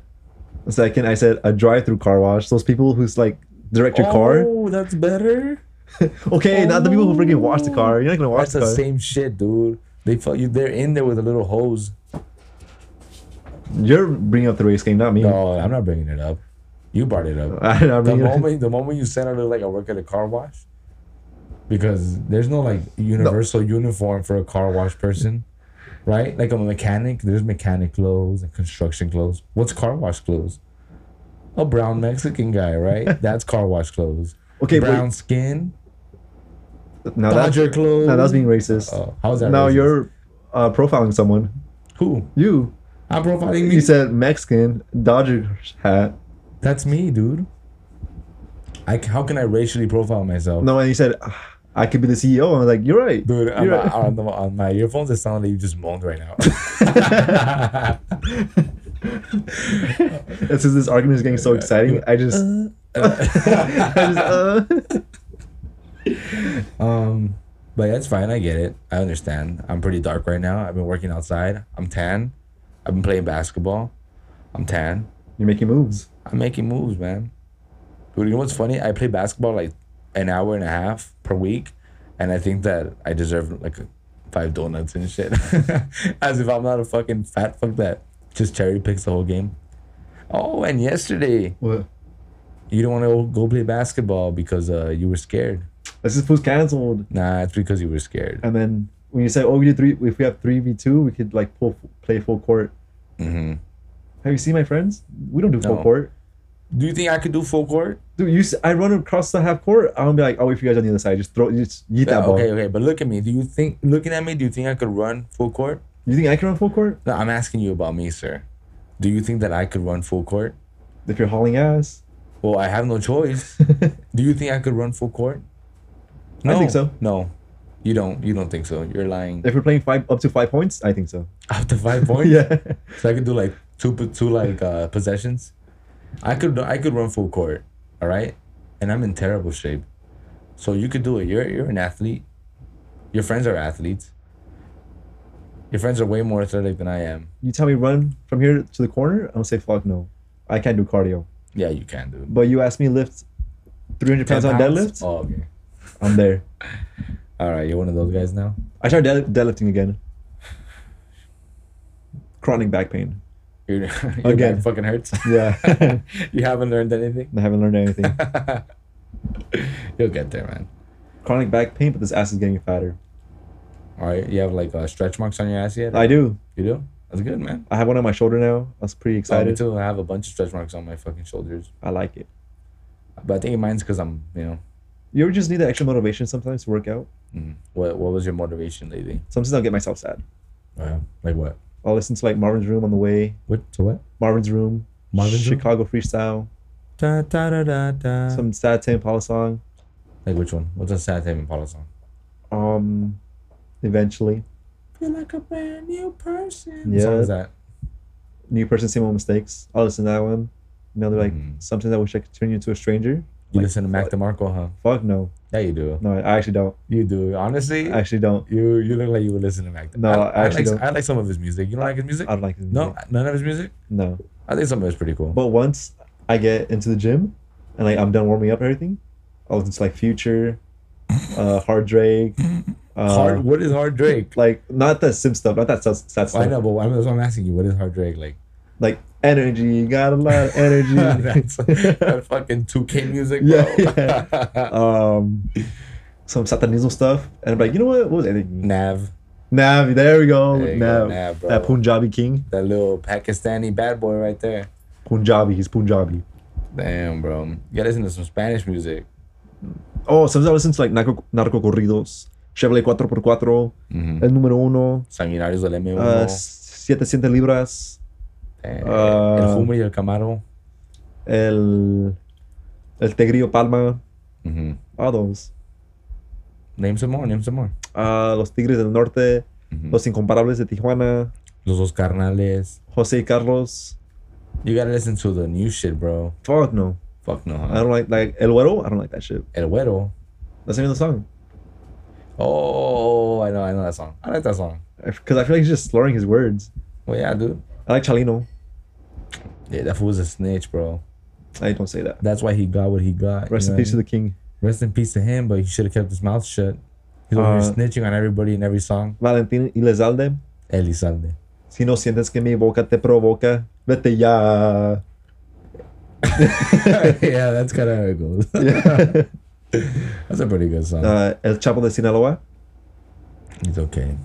S2: Second, I said a drive-through car wash. Those people who's like direct your car.
S1: Oh, that's better.
S2: Okay, not the people who freaking wash the car. You're not gonna wash
S1: Oh. That's
S2: the
S1: the
S2: car.
S1: same shit, dude. They fuck you. They're in there with a little hose.
S2: You're bringing up the race game, not me.
S1: No, Oh, I'm not bringing it up. You brought it up.
S2: I,
S1: The
S2: I mean,
S1: moment, the moment you said I look like I work at a car wash, because there's no like universal uniform for a car wash person, right? Like a mechanic, there's mechanic clothes and construction clothes. What's car wash clothes? A brown Mexican guy, right? That's car wash clothes.
S2: okay,
S1: brown
S2: but
S1: skin.
S2: Now that's
S1: Dodger clothes.
S2: now that's being racist.
S1: Oh, how's that?
S2: now
S1: racist?
S2: you're uh, profiling someone.
S1: who?
S2: You.
S1: I'm profiling me.
S2: You said Mexican Dodgers hat.
S1: That's me, dude. I c- how can I racially profile myself?
S2: No, and you said "Ah, I could be the CEO. I was like, you're right.
S1: Dude, on
S2: You're
S1: my,
S2: right.
S1: on, the, on my earphones, it sounded like you just moaned right now.
S2: And since this argument is getting so exciting, I just,
S1: Uh,
S2: I just uh,
S1: um, but that's fine. I get it. I understand. I'm pretty dark right now. I've been working outside. I'm tan. I've been playing basketball. I'm tan.
S2: you're making moves.
S1: I'm making moves, man. Dude, you know what's funny? I play basketball like an hour and a half per week, and I think that I deserve like five donuts and shit. As if I'm not a fucking fat fuck that just cherry picks the whole game. Oh, and yesterday
S2: What?
S1: you don't want to go play basketball because uh, you were scared.
S2: This is was canceled.
S1: Nah, it's because you were scared.
S2: And then when you say, oh, we did three. If we have three v two, we could like pull play full court.
S1: hmm
S2: Have you seen my friends? We don't do full
S1: No.
S2: court.
S1: Do you think I could do full court?
S2: Dude, you. s- I run across the half court. I'm gonna be like, oh, if you guys on the other side, just throw, just yeet
S1: Yeah,
S2: that ball.
S1: okay, okay, but look at me. Do you think looking at me? Do you think I could run full court?
S2: You think I can run full court?
S1: No, I'm asking you about me, sir. Do you think that I could run full court?
S2: If you're hauling ass,
S1: Well, I have no choice. Do you think I could run full court?
S2: I think so.
S1: No, you don't. You don't think so. You're lying.
S2: if we're playing five up to five points, I think so.
S1: Up to five points.
S2: yeah.
S1: So I could do like two, po- two like uh, possessions. I could, I could run full court. All right, and I'm in terrible shape. So you could do it. You're, you're an athlete. Your friends are athletes. Your friends are way more athletic than I am.
S2: You tell me run from here to the corner, I'll say fuck no. I can't do cardio.
S1: Yeah, you can do. it.
S2: But you ask me lift 300 pounds on
S1: 10
S2: deadlift,
S1: Oh, okay.
S2: I'm there.
S1: All right, you're one of those guys now.
S2: I tried dead- deadlifting again. Chronic back pain.
S1: You're, your back
S2: Again.
S1: fucking hurts.
S2: Yeah. I
S1: you haven't learned anything.
S2: haven't learned anything.
S1: You'll get there, man.
S2: Chronic back pain, but this ass is getting fatter.
S1: All right, you have like uh, stretch marks on your ass yet?
S2: I do.
S1: you do. That's good, man.
S2: I have one on my shoulder now. I was pretty
S1: So I do
S2: excited.
S1: Oh, too. I have a bunch of stretch marks on my fucking shoulders,
S2: I like it.
S1: but I think mine's because I'm, you know,
S2: You ever just need that extra motivation sometimes to work out?
S1: mm, what what was your motivation lately?
S2: Sometimes I'll get myself sad.
S1: Uh, like what?
S2: I'll listen to like Marvin's Room on the way.
S1: What to what?
S2: Marvin's Room.
S1: Marvin's Room?
S2: Chicago Freestyle.
S1: Da, da, da, da, da.
S2: Some sad Tame Impala song.
S1: like which one? What's a sad time Impala song?
S2: Um, eventually,
S1: Feel like a brand new person.
S2: Yeah.
S1: What song is that?
S2: new person, same old mistakes. I'll listen to that one. Another like
S1: Mm.
S2: sometimes I wish I could turn you into a stranger.
S1: You
S2: Like,
S1: listen to Mac DeMarco, huh?
S2: Fuck no,
S1: Yeah, you do.
S2: no, I actually don't.
S1: You do. Honestly,
S2: I actually don't.
S1: you you look like you would listen to Mac.
S2: No, I
S1: I
S2: actually
S1: like
S2: don't.
S1: I like some of his music. You don't like his music?
S2: I don't like his
S1: No,
S2: music.
S1: none of his music.
S2: no.
S1: I think some of it's pretty cool.
S2: But once I get into the gym, and like I'm done warming up and everything, I'll listen to like Future, uh, Hard Drake, uh,
S1: hard, what is hard Drake?
S2: like not that sim stuff, not that sad,
S1: Well,
S2: sad
S1: I
S2: stuff.
S1: know, but I'm, that's what I'm asking you. What is hard Drake like?
S2: Like energy, got a lot of
S1: that's
S2: energy.
S1: that fucking 2K music, bro.
S2: Yeah, um, some satanismo stuff, and I'm like, you know what? What was anything?
S1: Nav,
S2: Nav, there we go.
S1: There you go,
S2: Oh, Nav.
S1: Nav, bro.
S2: that Punjabi king.
S1: that little Pakistani bad boy right there.
S2: Punjabi, he's Punjabi.
S1: Damn, bro. You gotta listen to some Spanish music.
S2: Oh, sometimes I listen to like narco, narco corridos. Chevrolet 4x4,
S1: Mm-hmm.
S2: El Número Uno,
S1: Sanguinarios del M1.
S2: uh, 700 Libras,
S1: eh, el
S2: uh,
S1: Hummer y el Camaro.
S2: El, el Tegrillo Palma, Ah,
S1: hmm
S2: all those.
S1: Name some more, name some more.
S2: Uh, Los Tigres del Norte,
S1: Mhm.
S2: Los Incomparables de Tijuana,
S1: Los dos carnales.
S2: Jose Carlos.
S1: You gotta listen to the new shit, bro.
S2: Fuck no.
S1: Fuck no,
S2: I
S1: huh?
S2: don't like, like El Güero, I don't like that shit.
S1: El Güero.
S2: That's the name of the song.
S1: Oh, I know, I know that song. I like that song.
S2: Because I feel like he's just slurring his words.
S1: Well, yeah, dude.
S2: I like Chalino.
S1: Yeah, that fool was a snitch, bro.
S2: I don't say that.
S1: That's why he got what he got.
S2: Rest in peace to the king.
S1: the- rest in peace to him, but he should have kept his mouth shut. He's over here
S2: Uh,
S1: snitching on everybody in every song.
S2: Valentín Ilezalde.
S1: Elizalde.
S2: Si no sientes que mi boca te provoca, vete ya.
S1: yeah, that's kind of how it goes. that's a pretty good song.
S2: Uh, El Chapo de Sinaloa.
S1: it's okay.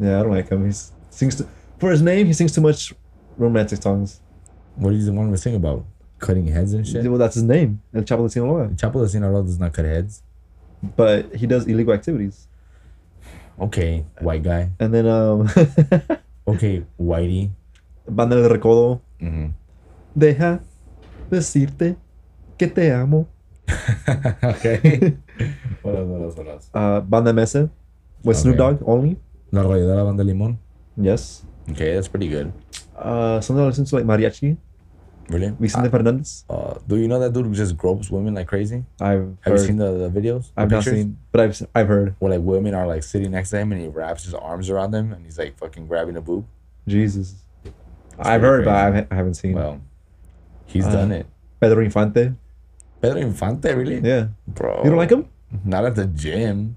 S2: Yeah, I don't like him. He sings too, for his name. He sings too much romantic songs.
S1: What is the one we're singing about? Cutting heads and shit.
S2: Well, that's his name. El Chapo de Sinaloa.
S1: Chapo de Sinaloa does not cut heads.
S2: but he does illegal activities.
S1: Okay, white guy.
S2: And then um,
S1: Okay, whitey.
S2: Banda del Recodo,
S1: hmm
S2: deja decirte que te amo.
S1: okay. what else? What else? What else?
S2: Uh, Banda Mesa with Snoop
S1: Okay.
S2: Dogg only.
S1: La Rayada Banda Limón.
S2: Yes.
S1: Okay, that's pretty good.
S2: Uh, sometimes I listen to like Mariachi,
S1: Really?
S2: Vicente Fernandez.
S1: Uh, do you know that dude just gropes women like crazy?
S2: I've
S1: Have
S2: heard.
S1: you seen the, the videos? the
S2: I've not
S1: pictures?
S2: seen, but I've I've heard.
S1: Where like women are like sitting next to him and he wraps his arms around them and he's like fucking grabbing a boob.
S2: Jesus.
S1: pretty
S2: I've heard, but
S1: crazy.
S2: I ha- I haven't seen.
S1: Well, he's
S2: Mm. Uh,
S1: done it.
S2: Pedro Infante.
S1: Pedro Infante, really?
S2: Yeah.
S1: Bro.
S2: You don't like him?
S1: Not at the gym.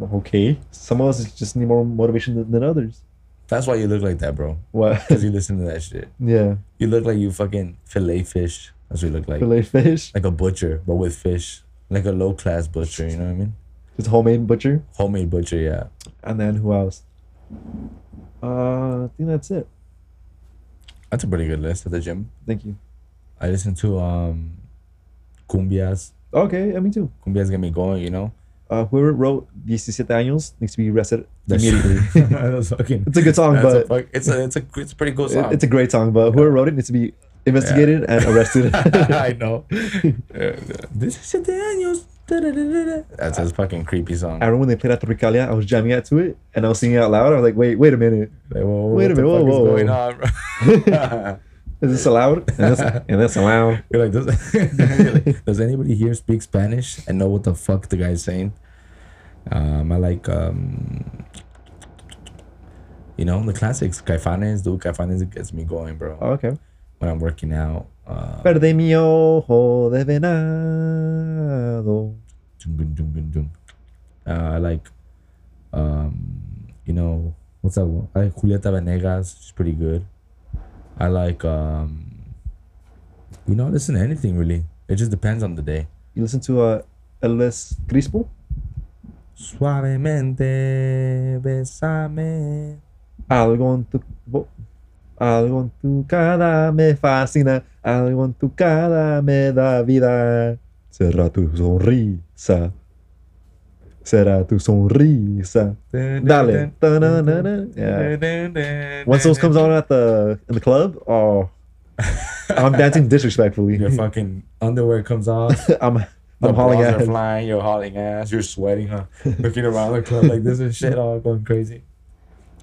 S2: Okay. Some of us just need more motivation than, than others.
S1: That's why you look like that, bro.
S2: What?
S1: Because you listen to that shit.
S2: yeah.
S1: You look like you fucking fillet fish. That's what you look like.
S2: Fillet fish.
S1: Like a butcher, but with fish. Like a low class butcher, you know what I mean?
S2: Just homemade butcher.
S1: Homemade butcher, yeah.
S2: And then who else? Uh, I think that's it.
S1: That's a pretty good list at the gym.
S2: Thank you.
S1: I listen to um cumbias.
S2: Okay, yeah, me too.
S1: Cumbias get me going, you know?
S2: Uh, whoever wrote 17 años needs to be arrested
S1: That's,
S2: immediately.
S1: that's fucking
S2: it's a good song,
S1: that's a
S2: but
S1: fuck- it's a it's a it's a pretty cool
S2: it-
S1: song.
S2: it's a great song. But whoever wrote it needs to be investigated and arrested.
S1: I know. Uh, This is siete años. Da-da-da-da-da. That's a fucking creepy song.
S2: I remember when they played at the Ricalia, I was jamming out to it and I was singing out loud. I was like, wait, wait a minute.
S1: Like, whoa, whoa,
S2: Wait
S1: what
S2: a
S1: the
S2: minute,
S1: fuck
S2: whoa,
S1: is
S2: whoa,
S1: going
S2: whoa.
S1: on, bro?
S2: Is this allowed? And that's, and that's allowed.
S1: You're like, does, you're like, does anybody here speak Spanish and know what the fuck the guy's saying? Um, I like, um, you know, the classics. Caifanes, dude, Caifanes gets me going, bro.
S2: Oh, okay.
S1: When I'm working out. Uh,
S2: Perdí mi ojo de venado.
S1: dum, dum, dum, dum, dum. Uh, I like, um, you know, what's that one? I like Julieta Venegas. She's pretty good. I like, um, you know, I listen to anything really. It just depends on the day.
S2: You listen to uh, Elvis Crispo?
S1: Suavemente, besame.
S2: Algo en tu bo- Algo en tu cara me fascina, algo en tu cara me da vida. Será tu sonrisa. Será tu sonrisa. Dale. Ta-na-na-na. Yeah. Once those comes on at the in the club, oh, I'm dancing disrespectfully.
S1: your fucking underwear comes off.
S2: I'm
S1: The
S2: I'm hauling
S1: balls are
S2: ass.
S1: flying. You're hauling ass. You're sweating, huh? Looking around the club like this and shit, all going crazy.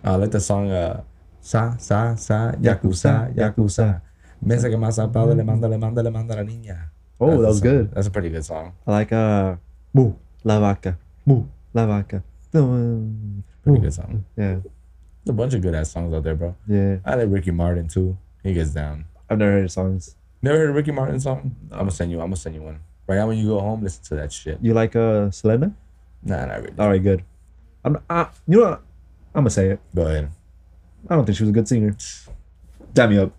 S1: I like the song, uh, sa sa sa yakuza yakuza. Mesa que más zapado le manda le manda le manda a la niña.
S2: Oh,
S1: That's
S2: that
S1: the
S2: was
S1: song.
S2: good.
S1: That's a pretty good song.
S2: I like uh, moo la vaca, moo la vaca. Dun.
S1: Pretty
S2: Ooh.
S1: good song.
S2: Yeah,
S1: There's a bunch of good ass songs out there, bro.
S2: yeah.
S1: I like Ricky Martin too. He gets down.
S2: I've never heard his songs.
S1: Never heard a Ricky Martin song? I'm gonna send you. I'm gonna send you one. Right now, when you go home, listen to that shit.
S2: You like uh Selena?
S1: Nah, not really.
S2: All right, good. I'm I, you know what? I'm gonna say it.
S1: Go ahead.
S2: I don't think she was a good singer. Damn me up.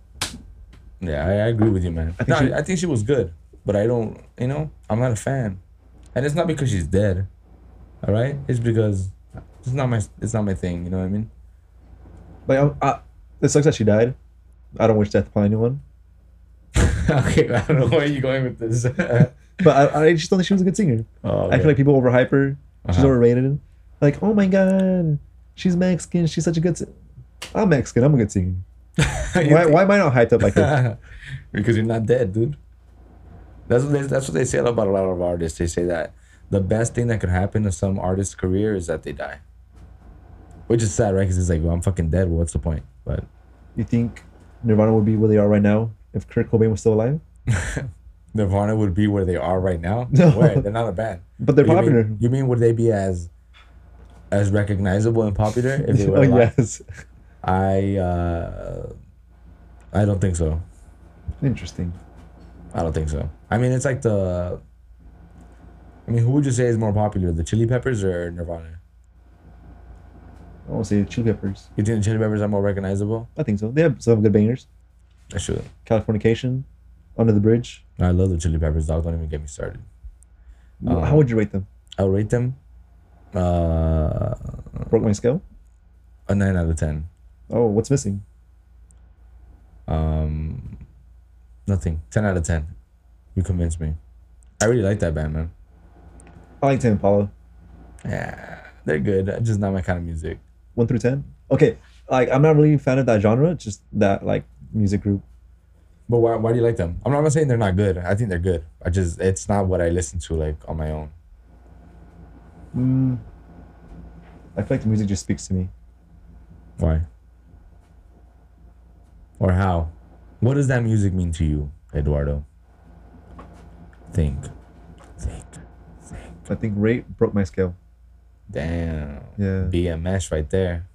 S1: Yeah, I, I agree with you, man.
S2: I think
S1: no,
S2: she-
S1: I think she was good, but I don't. You know, I'm not a fan, and it's not because she's dead. All right, it's because it's not my it's not my thing. You know what I mean?
S2: Like I'm, I, it sucks that she died. I don't wish death upon anyone.
S1: okay, I don't know where you're going with this.
S2: But I, I just don't think she was a good singer.
S1: oh,
S2: I feel like people overhype her. She's
S1: Uh-huh.
S2: overrated. Like, oh my god, she's Mexican. She's such a good. Si- I'm Mexican. I'm a good singer.
S1: You
S2: Why,
S1: think-
S2: why am I not hyped up like this?
S1: because you're not dead, dude. That's what they, that's what they say about a lot of artists. They say that the best thing that could happen to some artist's career is that they die, which is sad, right? Because it's like, well, I'm fucking dead. Well, what's the point? But
S2: You think Nirvana would be where they are right now if Kurt Cobain was still alive?
S1: Nirvana would be where they are right now.
S2: No.
S1: way, they're not a band.
S2: But they're
S1: you
S2: popular.
S1: Mean, you mean would they be as as recognizable and popular if they were
S2: oh
S1: alive?
S2: yes,
S1: I uh, I don't think so.
S2: interesting.
S1: I don't think so. I mean, it's like the. I mean, who would you say is more popular, the Chili Peppers or Nirvana?
S2: I won't say Chili Peppers.
S1: You think the Chili Peppers are more recognizable?
S2: I think so. They have some good bangers.
S1: I should.
S2: Californication, Under the Bridge.
S1: I love the Chili Peppers, dog. Don't even get me started. Uh,
S2: How would you rate them?
S1: I'll rate them uh,
S2: Broke my scale.
S1: a 9 out of 10.
S2: Oh, what's missing?
S1: Um, nothing. 10 out of 10. You convinced me. I really like that band, man.
S2: I like Tame Impala.
S1: Yeah, they're good. uh, Just not my kind of music.
S2: One through ten. Okay, like I'm not really a fan of that genre. Just that like music group.
S1: But why, why do you like them? I'm not, I'm not saying they're not good. I think they're good. I just it's not what I listen to like on my own.
S2: Mm, I feel like the music just speaks to me.
S1: Why? Or how? What does that music mean to you, Eduardo? Think. Think. Think.
S2: I think Rate broke my scale.
S1: Damn.
S2: Yeah.
S1: BMS right there.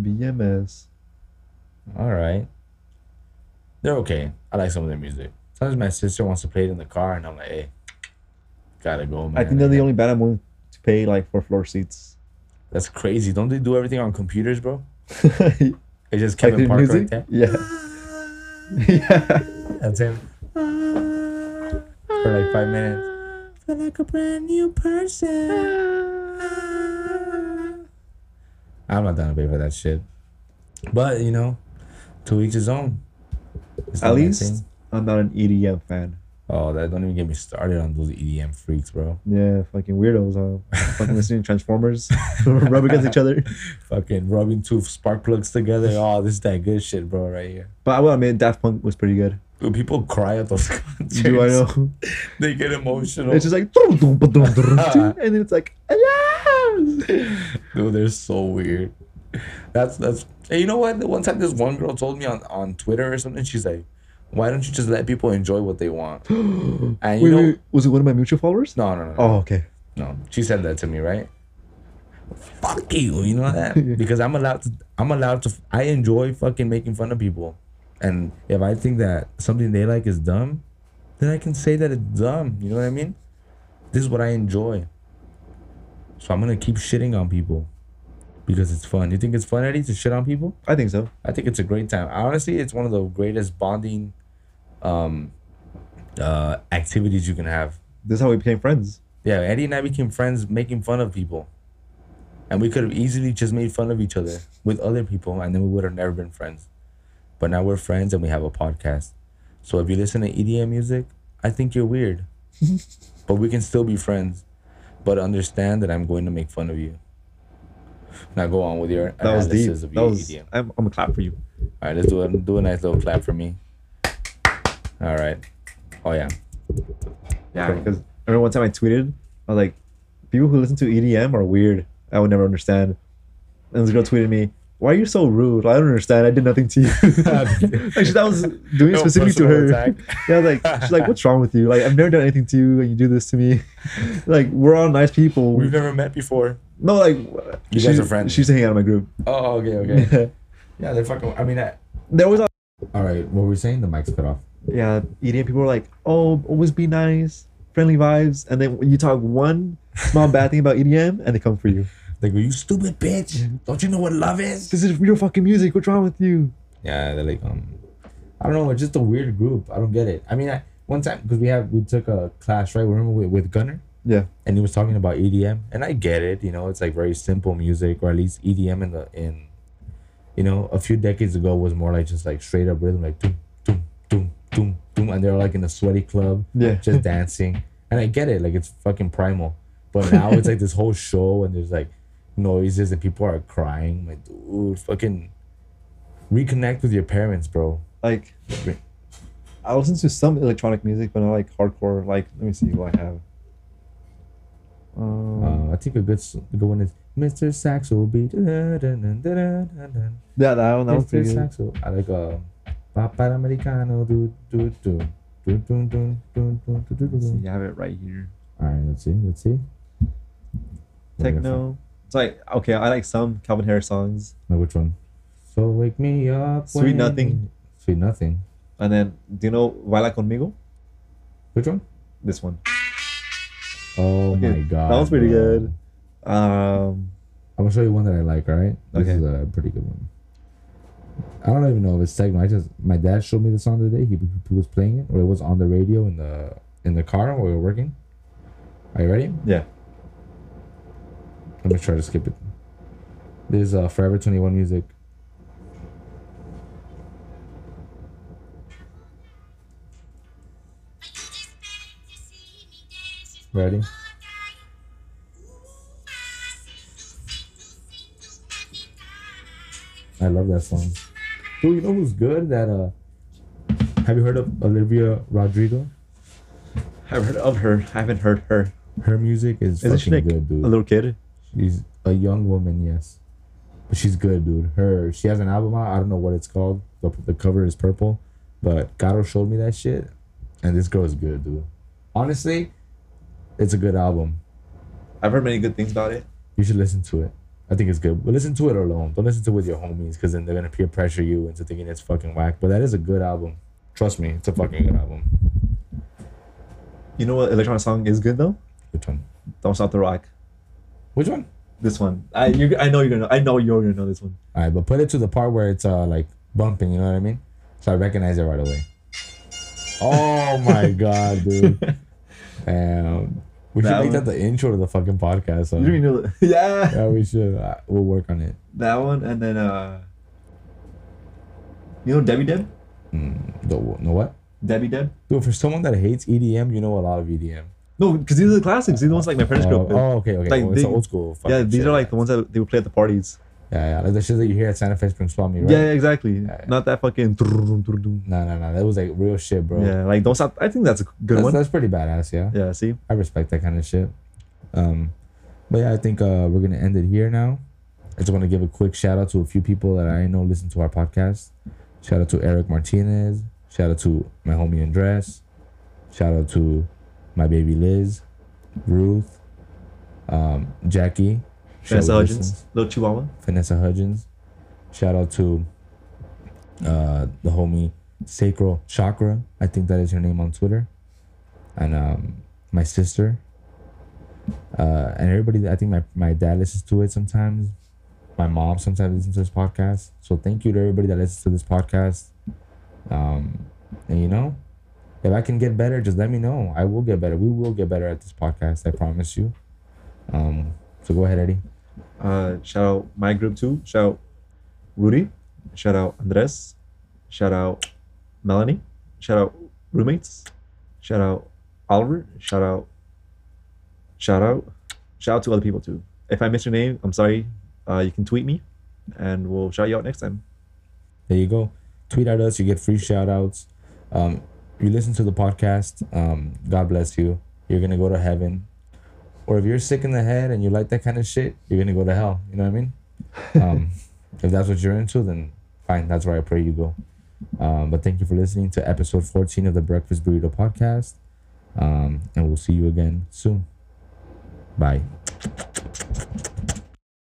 S2: BMS.
S1: All right. They're okay. I like some of their music. Sometimes my sister wants to play it in the car, and I'm like, hey, gotta go, man.
S2: I think they're the only band I'm willing to pay like for floor seats.
S1: That's crazy. Don't they do everything on computers, bro?
S2: like
S1: It's just Kevin
S2: the
S1: Parker right
S2: music.
S1: there.
S2: yeah. yeah.
S1: That's him. For like five minutes. Feel like a brand new person. I'm not down to pay for that shit. But you know, two weeks is on. It's
S2: At
S1: not my
S2: least
S1: thing.
S2: I'm not an EDM fan.
S1: Oh, that don't even get me started on those EDM freaks, bro.
S2: Yeah, fucking weirdos. Huh? fucking listening to Transformers, rub against each other.
S1: Fucking rubbing two spark plugs together. Oh, this is that good shit, bro, right here.
S2: But I will admit, Daft Punk was pretty good.
S1: Dude, people cry at those concerts.
S2: Do I know?
S1: They get emotional.
S2: It's just like, and then it's like, yeah.
S1: Dude, they're so weird. That's that's. Hey, you know what? The One time, this one girl told me on on Twitter or something. She's like, "Why don't you just let people enjoy what they want?" And you
S2: Wait,
S1: know,
S2: wait, was it one of my mutual followers?
S1: no, no, no,
S2: Oh, okay.
S1: no. She said that to me, right? Fuck you. You know that because I'm allowed to. I'm allowed to. I enjoy fucking making fun of people, and if I think that something they like is dumb, then I can say that it's dumb. You know what I mean? This is what I enjoy. So I'm gonna keep shitting on people because it's fun. You think it's fun, Eddie, to shit on people?
S2: I think so.
S1: I think it's a great time. Honestly, it's one of the greatest bonding um uh activities you can have.
S2: This is how we became friends.
S1: Yeah, Eddie and I became friends making fun of people. And we could have easily just made fun of each other with other people and then we would have never been friends. But now we're friends and we have a podcast. So if you listen to EDM music, I think you're weird. but we can still be friends. But understand that I'm going to make fun of you. Now go on with your
S2: That was deep.
S1: analysis of
S2: That
S1: your
S2: was.
S1: EDM.
S2: I'm, I'm gonna clap for you.
S1: All right, let's do a do a nice little clap for me. All right. Oh yeah.
S2: Yeah, because I remember one time I tweeted, I was like, people who listen to EDM are weird. I would never understand. And this girl tweeted me, why are you so rude? I don't understand. I did nothing to you. Actually, that was doing it
S1: No
S2: specifically to
S1: personal
S2: her.
S1: attack.
S2: Yeah, I was like, she's like, what's wrong with you? Like, I've never done anything to you, and you do this to me. like, we're all nice people.
S1: We've never met before.
S2: no, like,
S1: You
S2: she,
S1: guys are friends.
S2: She used to hang out in my group.
S1: Oh okay okay.
S2: Yeah.
S1: Yeah, they're fucking. I mean, I,
S2: There was, a-
S1: all right. What were we saying? The mic's cut off.
S2: yeah, EDM people were like, oh, always be nice, friendly vibes. And then when you talk one small bad thing about EDM, and they come for you.
S1: They go, you stupid bitch. Don't you know what love is?
S2: This is real fucking music. What's wrong with you?
S1: Yeah, they're like, um, I don't know. We're just a weird group. I don't get it. I mean, I, one time because we have we took a class right. Remember with, with Gunner.
S2: Yeah.
S1: and he was talking about EDM, and I get it. You know, it's like very simple music, or at least EDM in the in, you know, a few decades ago was more like just like straight up rhythm, like doom doom doom doom doom, and they were like in a sweaty club,
S2: Yeah.
S1: just dancing. And I get it, like it's fucking primal. But now it's like this whole show, and there's like noises, and people are crying. Like, dude, fucking reconnect with your parents, bro.
S2: Like, I listen to some electronic music, but not like hardcore. Like, let me see what I have. Um,
S1: Uh, I think a good s- good one is Mr. Saxo beat. Da-da-da-da-da-da-da.
S2: yeah, that one, that one's pretty
S1: Mr.
S2: good.
S1: Saxo. I like a Papa Americano. Do, do, do. Do, do, do, do, do, do, do, do, do.
S2: You have it right here.
S1: All right, let's see. Let's see. What do you got
S2: Techno. It's like okay, I like some Calvin Harris songs,
S1: for- No, which one? So wake me up.
S2: Sweet
S1: when
S2: Nothing.
S1: you- Sweet nothing.
S2: and then do you know Baila Conmigo?
S1: Which one?
S2: This one.
S1: Oh
S2: Okay,
S1: my god.
S2: that was pretty
S1: bro.
S2: good. Um,
S1: I'm gonna show you one that I like. All right. This
S2: Okay.
S1: is a pretty good one. I don't even know if it's techno. I just my dad showed me the song today. He, he was playing it, or it was on the radio in the in the car while we were working. Are you ready?
S2: yeah.
S1: Let me try to skip it. There's uh, Forever 21 music. Ready? I love that song. Dude, you know who's good? That uh, have you heard of Olivia Rodrigo?
S2: I've heard of her. I haven't heard her.
S1: Her music is
S2: Isn't she
S1: fucking
S2: like
S1: good, dude.
S2: a little kid?
S1: She's a young woman, yes. But she's good, dude. Her she has an album out. I don't know what it's called. The, the cover is purple, but Caro showed me that shit, and this girl is good, dude. Honestly, it's a good album.
S2: I've heard many good things about it.
S1: You should listen to it. I think it's good. But listen to it alone. Don't listen to it with your homies, because then they're gonna peer pressure you into thinking it's fucking whack. But that is a good album. Trust me, it's a fucking good album.
S2: You know what electronic song is good though?
S1: Which one?
S2: Don't stop the rock.
S1: Which one?
S2: This one. I you I know you're gonna I know you're gonna know this one.
S1: All right, but put it to the part where it's uh like bumping. You know what I mean? So I recognize it right away. Oh my god, dude! Damn, we should
S2: That
S1: make that
S2: one-
S1: the intro to the fucking podcast. huh?
S2: You don't even know the- yeah.
S1: yeah, we should. Uh, we'll work on it.
S2: That one and then uh You know Debbie Deb?
S1: Mm, the no what?
S2: Debbie Deb?
S1: Dude, for someone that hates EDM, you know a lot of EDM.
S2: No, because these are the classics. These are the ones like my friends grew
S1: Oh,
S2: up with.
S1: oh, okay, okay.
S2: Like,
S1: well, it's
S2: they-
S1: old school.
S2: yeah,
S1: fucking
S2: these
S1: shit.
S2: are like the ones that they would play at the parties.
S1: Yeah, yeah, like the shit that you hear at Santa Fe Springs Swami, right?
S2: Yeah, yeah, exactly.
S1: Yeah, yeah.
S2: Not that fucking. drum, drum, drum.
S1: No, no, no. That was like real shit, bro.
S2: Yeah, like don't stop. I think that's a good
S1: That's,
S2: one.
S1: that's pretty badass. Yeah.
S2: Yeah, see,
S1: I respect that kind of shit. Um, but yeah, I think uh, we're gonna end it here now. I just want to give a quick shout out to a few people that I know listen to our podcast. Shout out to Eric Martinez. Shout out to my homie Andres. Shout out to my baby Liz, Ruth, um, Jackie,
S2: Vanessa
S1: Shelly
S2: Hudgens,
S1: listens.
S2: little Chihuahua.
S1: Vanessa Hudgens. Shout out to uh, the homie Sacral Chakra. I think that is her name on Twitter. And um, my sister. Uh, and everybody, that- I think my, my dad listens to it sometimes. My mom sometimes listens to this podcast. So thank you to everybody that listens to this podcast. Um, and you know, if I can get better, just let me know. I will get better. We will get better at this podcast. I promise you. Um, so go ahead, Eddie.
S2: Uh, shout out my group too. Shout out Rudy. Shout out Andres. Shout out Melanie. Shout out roommates. Shout out Oliver. Shout out. Shout out. Shout out to other people too. If I miss your name, I'm sorry. Uh, you can tweet me, and we'll shout you out next time.
S1: there you go tweet at us you get free shout outs um, you listen to the podcast um, god bless you you're gonna go to heaven or if you're sick in the head and you like that kind of shit you're gonna go to hell you know what i mean um, if that's what you're into then fine that's where i pray you go um, but thank you for listening to episode 14 of the breakfast burrito podcast um, and we'll see you again soon bye